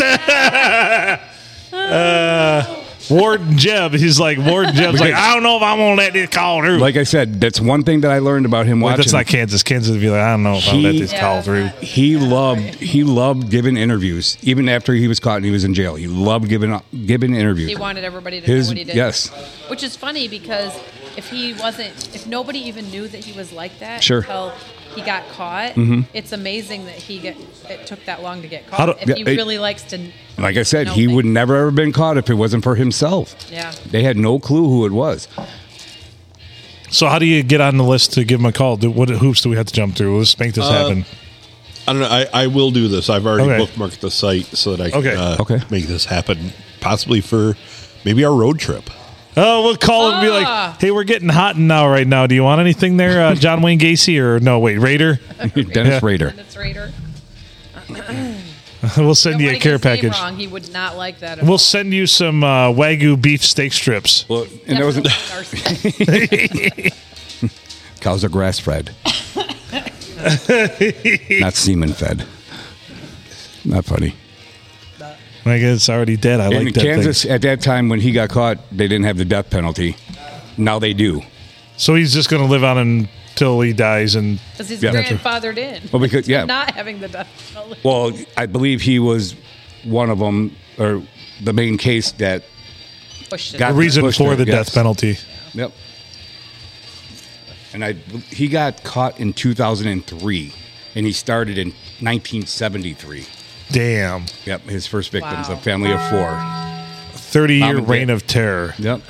Speaker 1: Uh, Warden Jeb. He's like Warden Jeb's. Like I don't know if I'm gonna let this call through.
Speaker 4: like I said, that's one thing that I learned about him
Speaker 1: Wait,
Speaker 4: watching.
Speaker 1: that's not Kansas. Kansas would be like I don't know if I'll let
Speaker 4: He-
Speaker 1: this call through.
Speaker 4: he loved he loved giving interviews even after he was caught and he was in jail. He loved giving giving interviews.
Speaker 3: He wanted everybody to
Speaker 4: His-
Speaker 3: know what he did.
Speaker 4: yes.
Speaker 3: Which is funny because if he wasn't, if nobody even knew that he was like that
Speaker 4: Sure. Mm-hmm.
Speaker 3: until he got caught, it's amazing that he get, it took that long to get
Speaker 1: I
Speaker 3: caught.
Speaker 1: don't-
Speaker 3: If he
Speaker 4: yeah, it-
Speaker 3: really likes to,
Speaker 4: like I said,
Speaker 3: know
Speaker 4: he
Speaker 3: things.
Speaker 4: would never ever been caught if it wasn't for himself.
Speaker 3: Yeah.
Speaker 4: They had no clue who it
Speaker 3: <laughs>
Speaker 4: was.
Speaker 1: So how do you get on the list to give him a call? Do, what hoops do we have to jump through? Let's make this
Speaker 3: Uh,
Speaker 1: happen.
Speaker 2: I don't know. I, I will do this. I've already
Speaker 1: Okay.
Speaker 2: bookmarked the site so that I can
Speaker 1: Okay.
Speaker 2: uh,
Speaker 4: Okay.
Speaker 2: make this happen, possibly for maybe our road trip.
Speaker 1: Oh, we'll call him and be
Speaker 3: Ah.
Speaker 1: like, "Hey, we're getting hot now, right now. Do you want anything there,
Speaker 3: <laughs>
Speaker 1: uh, John Wayne Gacy or no? Wait, Raider. <laughs>
Speaker 4: Dennis Rader.
Speaker 3: and it's Raider.
Speaker 1: we'll send you
Speaker 3: Nobody
Speaker 1: a care
Speaker 3: gets Steve
Speaker 1: package.
Speaker 3: Wrong. He would not like that. At
Speaker 1: We'll
Speaker 3: all.
Speaker 1: send you some uh, wagyu beef steak strips.
Speaker 4: Well, and there was a,
Speaker 3: Definitely Darcy.
Speaker 4: <laughs> cows are
Speaker 1: <laughs>
Speaker 4: grass fed, not semen fed. Not funny.
Speaker 1: Like it's already dead. I
Speaker 4: in
Speaker 1: like that
Speaker 4: Kansas
Speaker 1: thing.
Speaker 4: at that time when he got caught, they didn't have the death penalty. Now they do.
Speaker 1: So he's just going to live on until he dies. And
Speaker 3: because he's
Speaker 4: Yeah. That's right.
Speaker 3: grandfathered in.
Speaker 4: Well, because- yeah.
Speaker 3: not having the death penalty.
Speaker 4: Well, I believe he was one of them, or the main case that.
Speaker 3: Pushed it.
Speaker 1: the
Speaker 4: God-
Speaker 1: reason
Speaker 4: Pushed
Speaker 1: for
Speaker 4: it,
Speaker 1: the
Speaker 4: yes.
Speaker 1: death penalty.
Speaker 4: Yep. And I, he got caught in 2003, and he started in 1973.
Speaker 1: Damn,
Speaker 4: Yep, his first victims,
Speaker 3: Wow.
Speaker 4: a family of four. Mom
Speaker 1: thirty-year
Speaker 4: and
Speaker 1: reign
Speaker 4: Dad.
Speaker 1: of terror.
Speaker 4: Yep.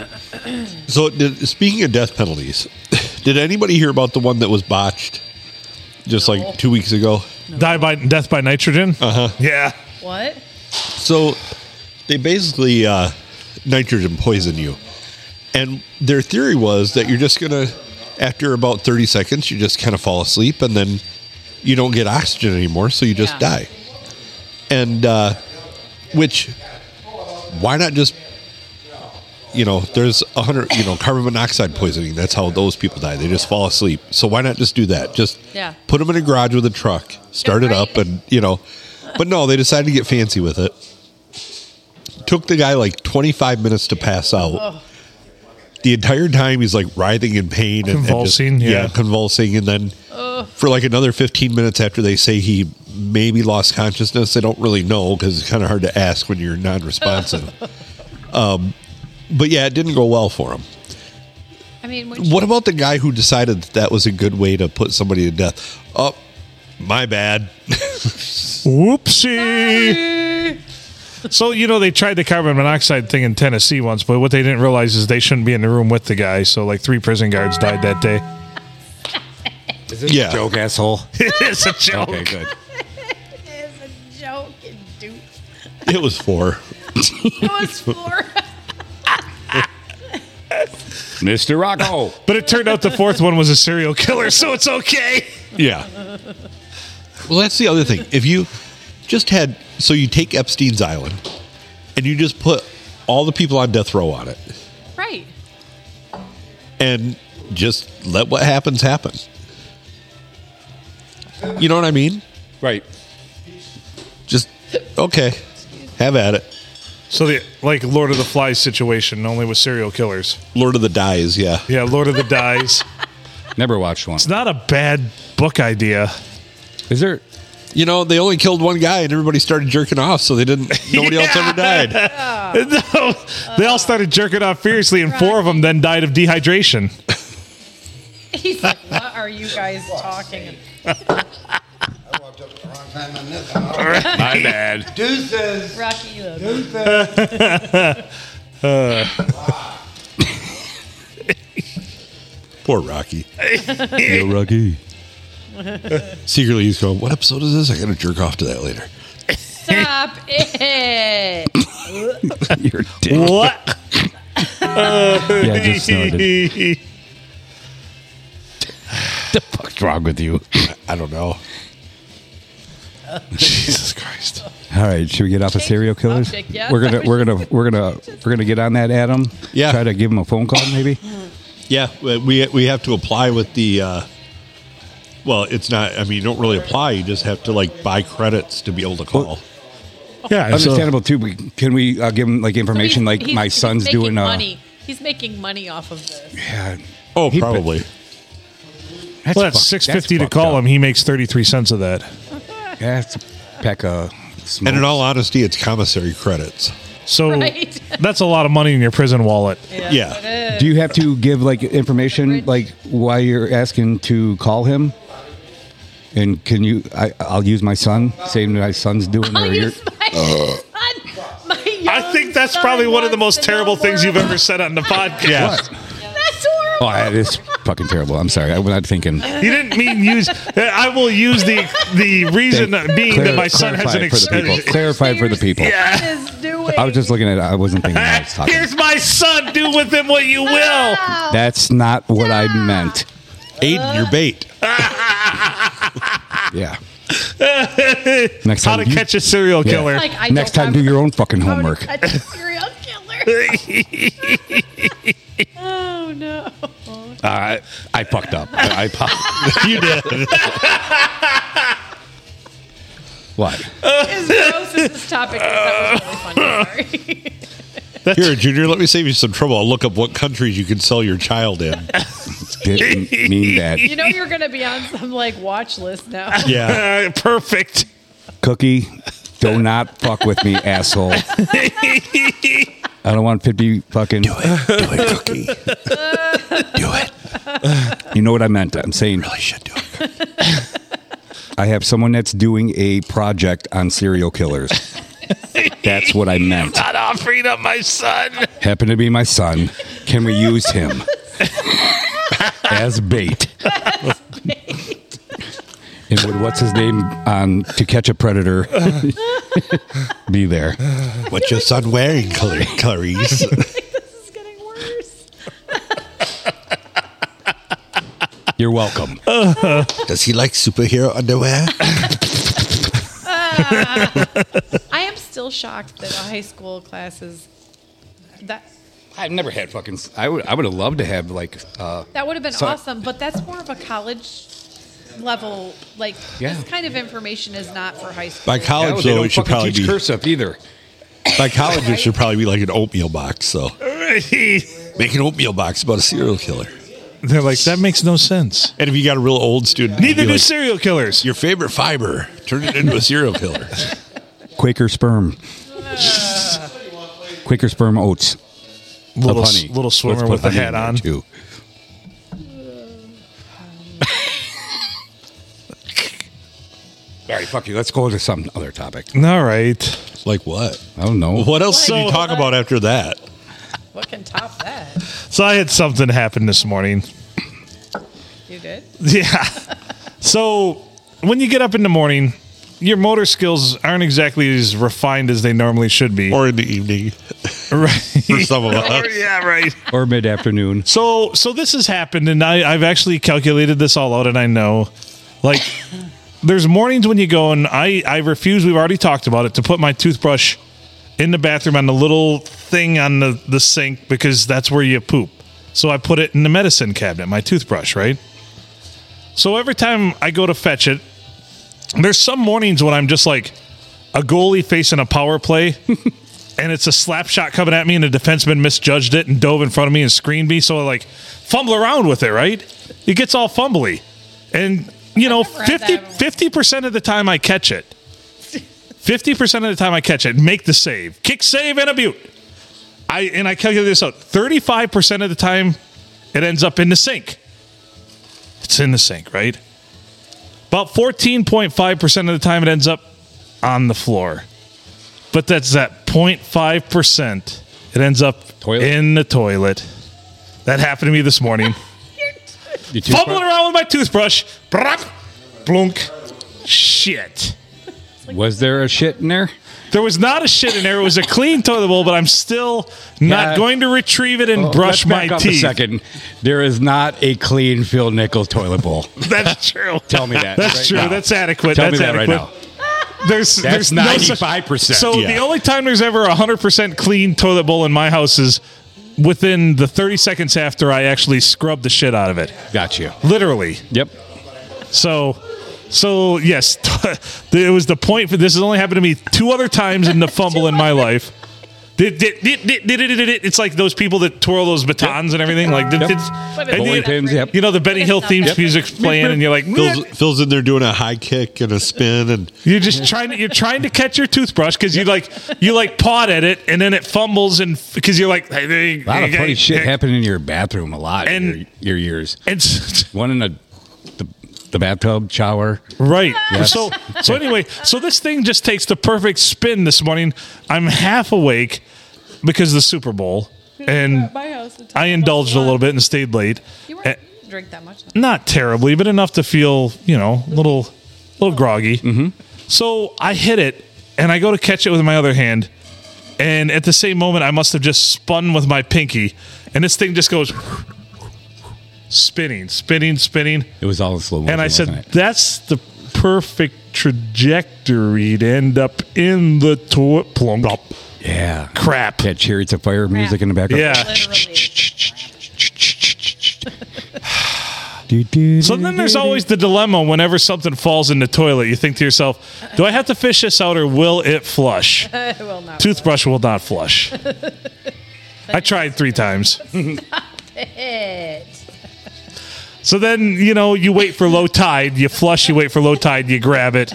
Speaker 2: So, did, speaking of death penalties, <laughs> did anybody hear about the one that was botched just
Speaker 3: No.
Speaker 2: like two weeks ago?
Speaker 1: Die by death by nitrogen. Uh huh. Yeah.
Speaker 3: What?
Speaker 2: So, they basically uh, nitrogen poison you, and their theory was that you're just gonna, after about 30 seconds, you just kind of fall asleep, and then you don't get oxygen anymore, so you just
Speaker 3: Yeah.
Speaker 2: die. And uh, which, why not just? You know, there's a hundred. You know, carbon monoxide poisoning. That's how those people die. They just fall asleep. So why not just do that? Just
Speaker 3: Yeah.
Speaker 2: put them in a garage with a truck, start it up, and you know. But no, they decided to get fancy with it. Took the guy like 25 minutes to pass out. The entire time he's like writhing in pain and and just-
Speaker 1: Convulsing, yeah.
Speaker 2: convulsing, and then for like another 15 minutes after they say he maybe lost consciousness, they don't really know because it's kind of hard to ask when you're non-responsive. um, but yeah, it didn't go well for him.
Speaker 3: I mean, when
Speaker 2: What about the guy who decided that, that was a good way to put somebody to death? Oh, my bad. <laughs>
Speaker 1: Whoopsie. So you know they tried the carbon monoxide thing in Tennessee once, but what they didn't realize is they shouldn't be in the room with the guy. So like three prison guards died that day. <laughs>
Speaker 4: Is this
Speaker 2: Yeah.
Speaker 4: a joke, <laughs> asshole?
Speaker 1: it's a joke.
Speaker 4: Okay, good.
Speaker 3: It's a joke and dupe.
Speaker 2: it was four.
Speaker 3: It
Speaker 4: <laughs>
Speaker 3: was for.
Speaker 4: Mr. Rocco.
Speaker 1: But it turned out the fourth one was a serial killer, so it's okay.
Speaker 2: Yeah. Well, that's the other thing. If you just had, so you take Epstein's Island and you just put all the people on death row on it
Speaker 3: Right.
Speaker 2: and just let what happens happen. You know what I mean?
Speaker 4: Right.
Speaker 2: Just, okay, have at it.
Speaker 1: So the like Lord of the Flies situation, only with serial killers.
Speaker 2: Lord of the Dies, yeah.
Speaker 1: Yeah, Lord of the Dies.
Speaker 4: Never watched one.
Speaker 1: It's not a bad book idea. <laughs>
Speaker 4: Is there?
Speaker 2: You know, they only killed one guy and everybody started jerking off, so they didn't, nobody else
Speaker 4: <laughs>
Speaker 2: ever died.
Speaker 1: No, they all started jerking off furiously, and four of them then died of dehydration.
Speaker 5: He's like, what are you guys talking about?
Speaker 8: I walked up at the wrong time on this. I'm all right.
Speaker 4: My bad.
Speaker 8: Deuces.
Speaker 5: Rocky, you look.
Speaker 8: Deuces.
Speaker 2: Poor Rocky. Yo, <laughs> Rocky. Secretly, he's going, what episode is this? I got to jerk off to that later.
Speaker 4: <laughs>
Speaker 5: Stop it.
Speaker 4: <laughs> You're dick.
Speaker 1: <laughs> What?
Speaker 4: Yeah, I just started. the fuck's wrong with you?
Speaker 2: I don't <laughs> know.
Speaker 1: Jesus Christ!
Speaker 4: All right, should we get off of serial killers?
Speaker 5: subject, yeah.
Speaker 4: We're gonna we're gonna we're gonna we're gonna get on that, Adam.
Speaker 2: Yeah.
Speaker 4: Try to give him a phone call, <laughs> maybe.
Speaker 2: Yeah, we we have to apply with the. Uh, well, it's not. I mean, you don't really apply. You just have to like buy credits to be able to call.
Speaker 1: <laughs> Yeah, so-
Speaker 4: Understandable too. But can we uh, give him like
Speaker 5: So
Speaker 4: information
Speaker 5: he's-
Speaker 4: like
Speaker 5: he's-
Speaker 4: my
Speaker 5: he's
Speaker 4: son's
Speaker 5: making
Speaker 4: doing? Uh,
Speaker 5: money. He's making money off of this.
Speaker 4: Yeah,
Speaker 2: oh,
Speaker 4: He-
Speaker 2: probably.
Speaker 4: that's
Speaker 1: well, that's
Speaker 4: fuck-
Speaker 1: six fifty to
Speaker 4: fucked
Speaker 1: call
Speaker 4: up.
Speaker 1: him. He makes thirty three cents of that.
Speaker 4: Yeah, it's a pack of.
Speaker 2: And in
Speaker 4: smokes.
Speaker 2: all honesty, it's commissary credits.
Speaker 1: So
Speaker 5: Right.
Speaker 1: <laughs> that's a lot of money in your prison wallet.
Speaker 2: Yeah.
Speaker 4: Do you have to give like information like why you're asking to call him? And can you? I, I'll use my son. Saying my son's doing.
Speaker 5: I'll
Speaker 4: or your-
Speaker 5: use my
Speaker 4: Uh.
Speaker 5: son. My
Speaker 1: I
Speaker 5: young
Speaker 1: think that's
Speaker 5: son
Speaker 1: probably one of the
Speaker 5: wants
Speaker 1: most
Speaker 5: to know
Speaker 1: terrible things
Speaker 5: where-
Speaker 1: you've ever said on the podcast.
Speaker 4: What?
Speaker 5: That's horrible.
Speaker 4: Oh, that is fucking terrible. I'm sorry. I was not
Speaker 1: <laughs>
Speaker 4: thinking.
Speaker 1: You didn't mean use. I will use the the reason being
Speaker 4: Clar-
Speaker 1: that my son has an
Speaker 4: clarify for the
Speaker 1: <laughs>
Speaker 4: people.
Speaker 1: extension.
Speaker 4: Clarify for the people.
Speaker 5: Yeah. Is doing.
Speaker 4: I was just looking at. it. I wasn't thinking. I
Speaker 1: <laughs>
Speaker 4: was talking.
Speaker 1: Here's my son. Do with him what you will.
Speaker 4: That's not what I meant.
Speaker 2: Aiden, your bait.
Speaker 4: <laughs> Yeah. Next
Speaker 1: How
Speaker 4: time,
Speaker 1: to
Speaker 4: you-
Speaker 1: catch a serial
Speaker 4: Yeah.
Speaker 1: killer.
Speaker 5: like, I
Speaker 4: next
Speaker 5: don't
Speaker 4: time,
Speaker 5: have
Speaker 4: do your own fucking
Speaker 5: how to
Speaker 4: homework.
Speaker 5: catch a serial
Speaker 4: <laughs>
Speaker 5: killer. <laughs> oh no.
Speaker 4: Uh, I fucked up. I, I fucked. <laughs> you did. what?
Speaker 5: As gross as this topic is, that was really funny. Sorry.
Speaker 2: Here, Junior, let me save you some trouble. I'll look up what countries you can sell your child in.
Speaker 4: Didn't mean that.
Speaker 5: You know you're gonna be on some like watch list now.
Speaker 4: <laughs>
Speaker 5: <laughs>
Speaker 2: Yeah. <laughs>
Speaker 1: Uh, perfect.
Speaker 4: Cookie, do not fuck with me, asshole. I don't want 50 fucking. Do it.
Speaker 2: Do it, Cookie. Do it.
Speaker 4: You know what I meant. I'm saying
Speaker 2: Really should do it.
Speaker 4: I have someone that's doing a project on serial killers. That's what I meant.
Speaker 1: Not offering up my son. <laughs>
Speaker 4: Happened to be my son. Can we use
Speaker 2: <laughs>
Speaker 4: him as bait? And would what's his name on To Catch a
Speaker 2: <laughs>
Speaker 4: Predator be there?
Speaker 2: What's your son wearing, Clar- Clarice?
Speaker 5: This is getting worse.
Speaker 4: You're welcome.
Speaker 2: Does he like superhero <laughs> underwear?
Speaker 5: I am still shocked that the high school classes that
Speaker 4: I've never had fucking. I would. I would have loved to have like.
Speaker 2: Oh,
Speaker 4: Uh,
Speaker 5: that would have been
Speaker 4: So-
Speaker 5: awesome, but that's more of a college level like
Speaker 4: Yeah.
Speaker 5: this kind of information is not for high school.
Speaker 2: By college,
Speaker 4: they
Speaker 2: though,
Speaker 4: don't
Speaker 2: it should
Speaker 4: fucking
Speaker 2: probably
Speaker 4: teach
Speaker 2: be.
Speaker 4: cursive either.
Speaker 2: By college, it should probably be like an oatmeal box. So make an oatmeal box about a serial killer.
Speaker 1: They're like that makes no sense.
Speaker 2: And if you got a real old student,
Speaker 1: Neither
Speaker 2: be
Speaker 1: do
Speaker 2: like,
Speaker 1: serial killers.
Speaker 2: your favorite fiber, turn it into a serial killer.
Speaker 4: Quaker <laughs> sperm. Quaker sperm oats.
Speaker 1: little
Speaker 4: of
Speaker 1: s-
Speaker 4: honey.
Speaker 1: little
Speaker 4: Let's
Speaker 1: swimmer
Speaker 4: put
Speaker 1: with a
Speaker 4: honey in
Speaker 1: hat
Speaker 4: there,
Speaker 1: on.
Speaker 4: <laughs> too. All right, fuck you. Let's go to some other topic.
Speaker 1: All right.
Speaker 2: Like what?
Speaker 4: I don't know.
Speaker 2: What else did you
Speaker 1: So-
Speaker 2: talk about after that?
Speaker 5: What can top that?
Speaker 1: So I had something happen this morning. <laughs>
Speaker 5: You did?
Speaker 1: Yeah. So when you get up in the morning, your motor skills aren't exactly as refined as they normally should be.
Speaker 2: Or in the evening
Speaker 1: <laughs> right.
Speaker 2: for some of us.
Speaker 1: yeah, right.
Speaker 4: Or mid afternoon.
Speaker 1: So so this has happened, and I, I've actually calculated this all out, and I know, like, <laughs> there's mornings when you go and I, I refuse we've already talked about it to put my toothbrush in the bathroom on the little thing on the, the sink because that's where you poop so i put it in the medicine cabinet my toothbrush right so every time i go to fetch it there's some mornings when i'm just like a goalie facing a power
Speaker 5: <laughs>
Speaker 1: play and it's a slap shot coming at me and the defenseman misjudged it and dove in front of me and screened me so I like fumble around with it right it gets all fumbly and you know
Speaker 5: I've never had
Speaker 1: 50
Speaker 5: that before.
Speaker 1: 50% of the time i catch it 50% of the time i catch it make the save kick save and a butte i and i calculate this out 35% of the time it ends up in the sink it's in the sink right about 14.5% of the time it ends up on the floor but that's that 0.5%. It ends up
Speaker 4: Toilet.
Speaker 1: in the toilet. That happened to me this morning.
Speaker 4: Your <laughs> toothbrush-
Speaker 1: Fumbling around with my toothbrush. Brap, blunk. Shit.
Speaker 4: Was there a shit in there?
Speaker 1: There was not a shit in there. It was a clean toilet bowl, but I'm still not
Speaker 4: Yeah.
Speaker 1: going to retrieve it and
Speaker 4: Oh,
Speaker 1: brush
Speaker 4: let's back
Speaker 1: my
Speaker 4: up
Speaker 1: teeth.
Speaker 4: A second, there is not a clean Phil Nickel toilet bowl.
Speaker 1: <laughs> That's true.
Speaker 4: Tell me that.
Speaker 1: That's
Speaker 4: right
Speaker 1: true.
Speaker 4: now.
Speaker 1: That's adequate.
Speaker 4: Tell
Speaker 1: That's
Speaker 4: me that
Speaker 1: adequate.
Speaker 4: right now.
Speaker 1: There's
Speaker 4: That's
Speaker 1: there's no such-
Speaker 4: 95%.
Speaker 1: So
Speaker 2: Yeah.
Speaker 1: the only time there's ever a hundred percent clean toilet bowl in my house is within the thirty seconds after I actually scrub the shit out of it,
Speaker 4: Got you.
Speaker 1: literally.
Speaker 4: Yep.
Speaker 1: So, so yes, <laughs> it was the point. For, this has only happened to me two other times
Speaker 5: <laughs>
Speaker 1: in the fumble in my life. Did- did- did- did- did- did- did- did. It's like those people that twirl those batons and everything. Like, did-
Speaker 4: Yep.
Speaker 1: did-
Speaker 5: But
Speaker 1: and
Speaker 5: it's
Speaker 1: you-
Speaker 4: Bowling pins. Yep.
Speaker 1: you know, the Benny
Speaker 5: It's
Speaker 1: Hill
Speaker 5: not
Speaker 1: theme
Speaker 5: that
Speaker 1: music's playing, and you're like,
Speaker 2: Phil's, Phil's in there doing a high kick and a spin, and
Speaker 1: You're just trying to you're trying to catch your toothbrush because you like you like pawed at it and then it fumbles and because you're like hey, hey,
Speaker 4: A lot of
Speaker 1: hey,
Speaker 4: funny
Speaker 1: hey,
Speaker 4: shit
Speaker 1: hey.
Speaker 4: happened in your bathroom a lot in
Speaker 1: And-
Speaker 4: your, your years.
Speaker 1: And s-
Speaker 4: One in the, the the bathtub shower.
Speaker 1: right.
Speaker 4: Yes.
Speaker 1: So so anyway, so this thing just takes the perfect spin this morning. I'm half awake because of the Super Bowl and
Speaker 5: my house. it took
Speaker 1: I
Speaker 5: us
Speaker 1: indulged a
Speaker 5: lot.
Speaker 1: little bit and stayed late. Eh,
Speaker 5: You weren't you didn't drink that much.
Speaker 1: not terribly, but enough to feel, you know, a little, little groggy.
Speaker 4: Mm-hmm.
Speaker 1: So I hit it, and I go to catch it with my other hand, and at the same moment, I must have just spun with my pinky, and this thing just goes spinning, spinning, spinning,
Speaker 4: It was all in slow motion.
Speaker 1: and I
Speaker 4: wasn't
Speaker 1: said,
Speaker 4: it?
Speaker 1: "That's the perfect trajectory to end up in the toilet plunk
Speaker 4: "Yeah."
Speaker 1: crap."
Speaker 4: That chariots of fire music in the background.
Speaker 1: Yeah.
Speaker 4: Do, do,
Speaker 1: So
Speaker 4: do,
Speaker 1: then there's
Speaker 4: do, do.
Speaker 1: always the dilemma whenever something falls in the toilet. You think to yourself, do I have to fish this out or will it flush?
Speaker 5: It will <laughs> not.
Speaker 1: Toothbrush will not flush. I tried three times.
Speaker 5: It.
Speaker 1: So then, you know, you wait for low tide, you flush, you wait for low tide, you grab it.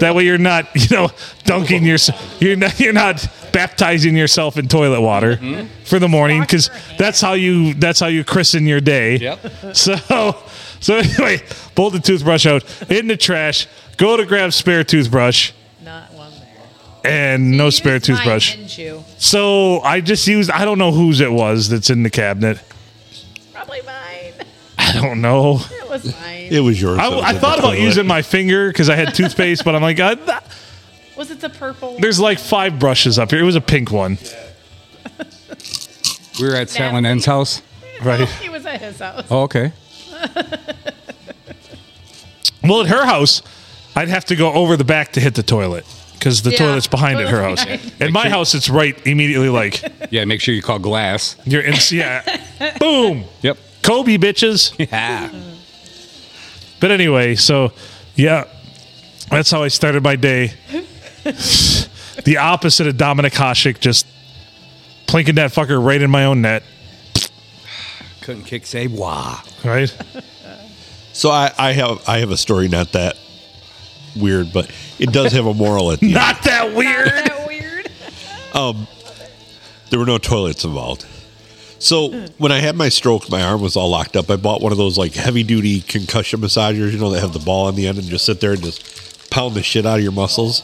Speaker 1: That way you're not, you know, dunking yourself, you're not, you're not baptizing yourself in toilet water for the morning because that's how you, that's how you christen your day.
Speaker 4: <laughs> Yep.
Speaker 1: So, so anyway, pull the toothbrush out in the trash, go to grab spare toothbrush
Speaker 5: Not one there.
Speaker 1: and no
Speaker 5: You
Speaker 1: spare
Speaker 5: used mine,
Speaker 1: toothbrush.
Speaker 5: didn't you?
Speaker 1: So I just used, I don't know whose it was that's in the cabinet.
Speaker 5: Probably mine.
Speaker 1: I don't know.
Speaker 5: <laughs> It was mine.
Speaker 2: it was yours.
Speaker 1: I,
Speaker 2: That was
Speaker 1: I
Speaker 2: in the
Speaker 1: thought about
Speaker 2: toilet.
Speaker 1: using my finger because I had toothpaste, but I'm like, uh, th-
Speaker 5: was it the purple?
Speaker 1: there's like five brushes up here. It was a pink one,
Speaker 4: we were at Silent N's house.
Speaker 1: right?
Speaker 5: He was at his house.
Speaker 4: Oh, okay.
Speaker 1: Well, at her house, I'd have to go over the back to hit the toilet because the
Speaker 5: Yeah.
Speaker 1: toilet's behind at her
Speaker 5: Toilet's
Speaker 1: house.
Speaker 5: behind.
Speaker 1: At my house, it's right immediately like
Speaker 4: Yeah, make sure you call glass.
Speaker 1: you're in. Yeah, boom,
Speaker 4: Yep.
Speaker 1: Kobe bitches.
Speaker 4: <laughs> Yeah.
Speaker 1: But anyway, so yeah, that's how I started my day. <laughs> the opposite of Dominic Hasek, just plinking that fucker right in my own net,
Speaker 4: Couldn't kick save. Wah.
Speaker 1: right?
Speaker 2: So I, I have I have a story not that weird, but it does have a
Speaker 1: <laughs>
Speaker 2: moral at the end.
Speaker 1: Not that weird.
Speaker 5: Isn't that weird?
Speaker 2: There were no toilets involved. So when I had my stroke, my arm was all locked up. I bought one of those like heavy duty concussion massagers, you know, that have the ball on the end and just sit there and just pound the shit out of your muscles.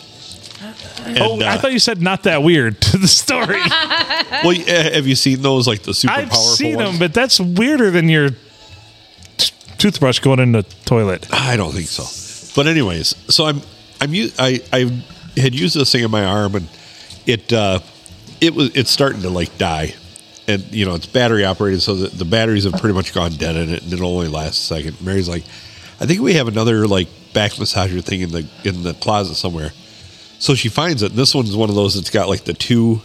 Speaker 2: And,
Speaker 1: Oh, I
Speaker 2: uh,
Speaker 1: thought you said not that weird to the story.
Speaker 2: well, y- eh, have you seen those like the super
Speaker 1: I've
Speaker 2: powerful
Speaker 1: seen
Speaker 2: ones?
Speaker 1: them, but that's weirder than your t- toothbrush going in the toilet.
Speaker 2: I don't think so. But anyways, so I'm I'm u- I I had used this thing in my arm and it uh, it was it's starting to like die, and you know it's battery operated, so the, the batteries have pretty much gone dead in it, and it'll only last a second. Mary's like, I think we have another like back massager thing in the in the closet somewhere. So she finds it. And this one's one of those that's got like the two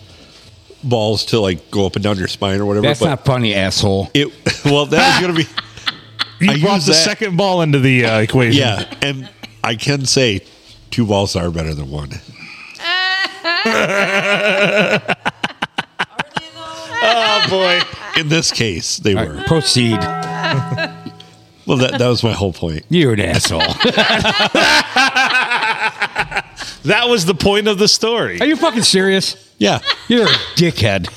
Speaker 2: balls to like go up and down your spine or whatever.
Speaker 4: That's not funny, asshole.
Speaker 2: it. <laughs> Well, that was gonna
Speaker 4: <laughs>
Speaker 2: be.
Speaker 1: You
Speaker 2: I
Speaker 1: brought
Speaker 2: use
Speaker 1: the
Speaker 2: that-
Speaker 1: second ball into the uh, equation.
Speaker 2: Yeah, and I can say two balls are better than one.
Speaker 1: Oh boy.
Speaker 2: In this case, they
Speaker 4: All
Speaker 2: were.
Speaker 4: right, proceed.
Speaker 2: Well, that, that was my whole point.
Speaker 4: You're an asshole.
Speaker 1: That was the point of the story.
Speaker 4: Are you fucking serious?
Speaker 2: Yeah.
Speaker 4: You're a dickhead.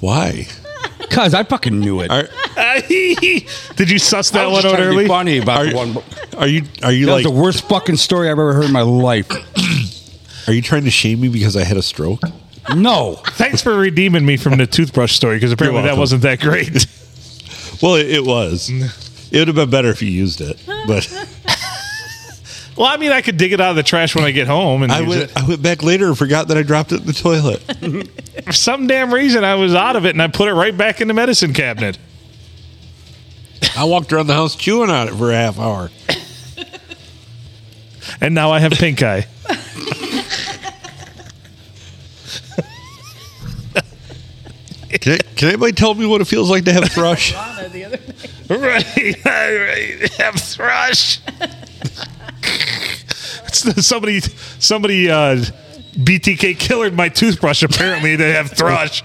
Speaker 2: Why?
Speaker 4: Cause I fucking knew it.
Speaker 2: Are
Speaker 1: <laughs> Did you suss
Speaker 4: I
Speaker 1: that
Speaker 4: was
Speaker 1: one
Speaker 4: just
Speaker 1: out
Speaker 4: trying to be
Speaker 1: early?
Speaker 4: Funny about
Speaker 2: are,
Speaker 4: the one.
Speaker 2: are you are you
Speaker 4: That was
Speaker 2: like
Speaker 4: the worst fucking story I've ever heard in my life.
Speaker 2: are you trying to shame me because I had a stroke?
Speaker 4: No,
Speaker 1: Thanks for redeeming me from the toothbrush story because apparently that
Speaker 2: welcome.
Speaker 1: wasn't that <laughs> great.
Speaker 2: Well, it, it was.
Speaker 4: Mm.
Speaker 2: It would have been better if you used it, but
Speaker 1: Well, I mean, I could dig it out of the trash when I get home, and
Speaker 2: I
Speaker 1: use
Speaker 2: went. I went back later and forgot that I dropped it in the toilet.
Speaker 1: it. for some damn reason I was out of it, and I put it right back in the medicine cabinet.
Speaker 2: I walked around the house chewing on it for a half hour.
Speaker 1: and now I have pink eye.
Speaker 2: Can, I, can anybody tell me what it feels like to have thrush?
Speaker 1: right, <laughs> right. Have thrush. <laughs> it's the, somebody, somebody, uh, BTK killered my toothbrush. Apparently, they have thrush.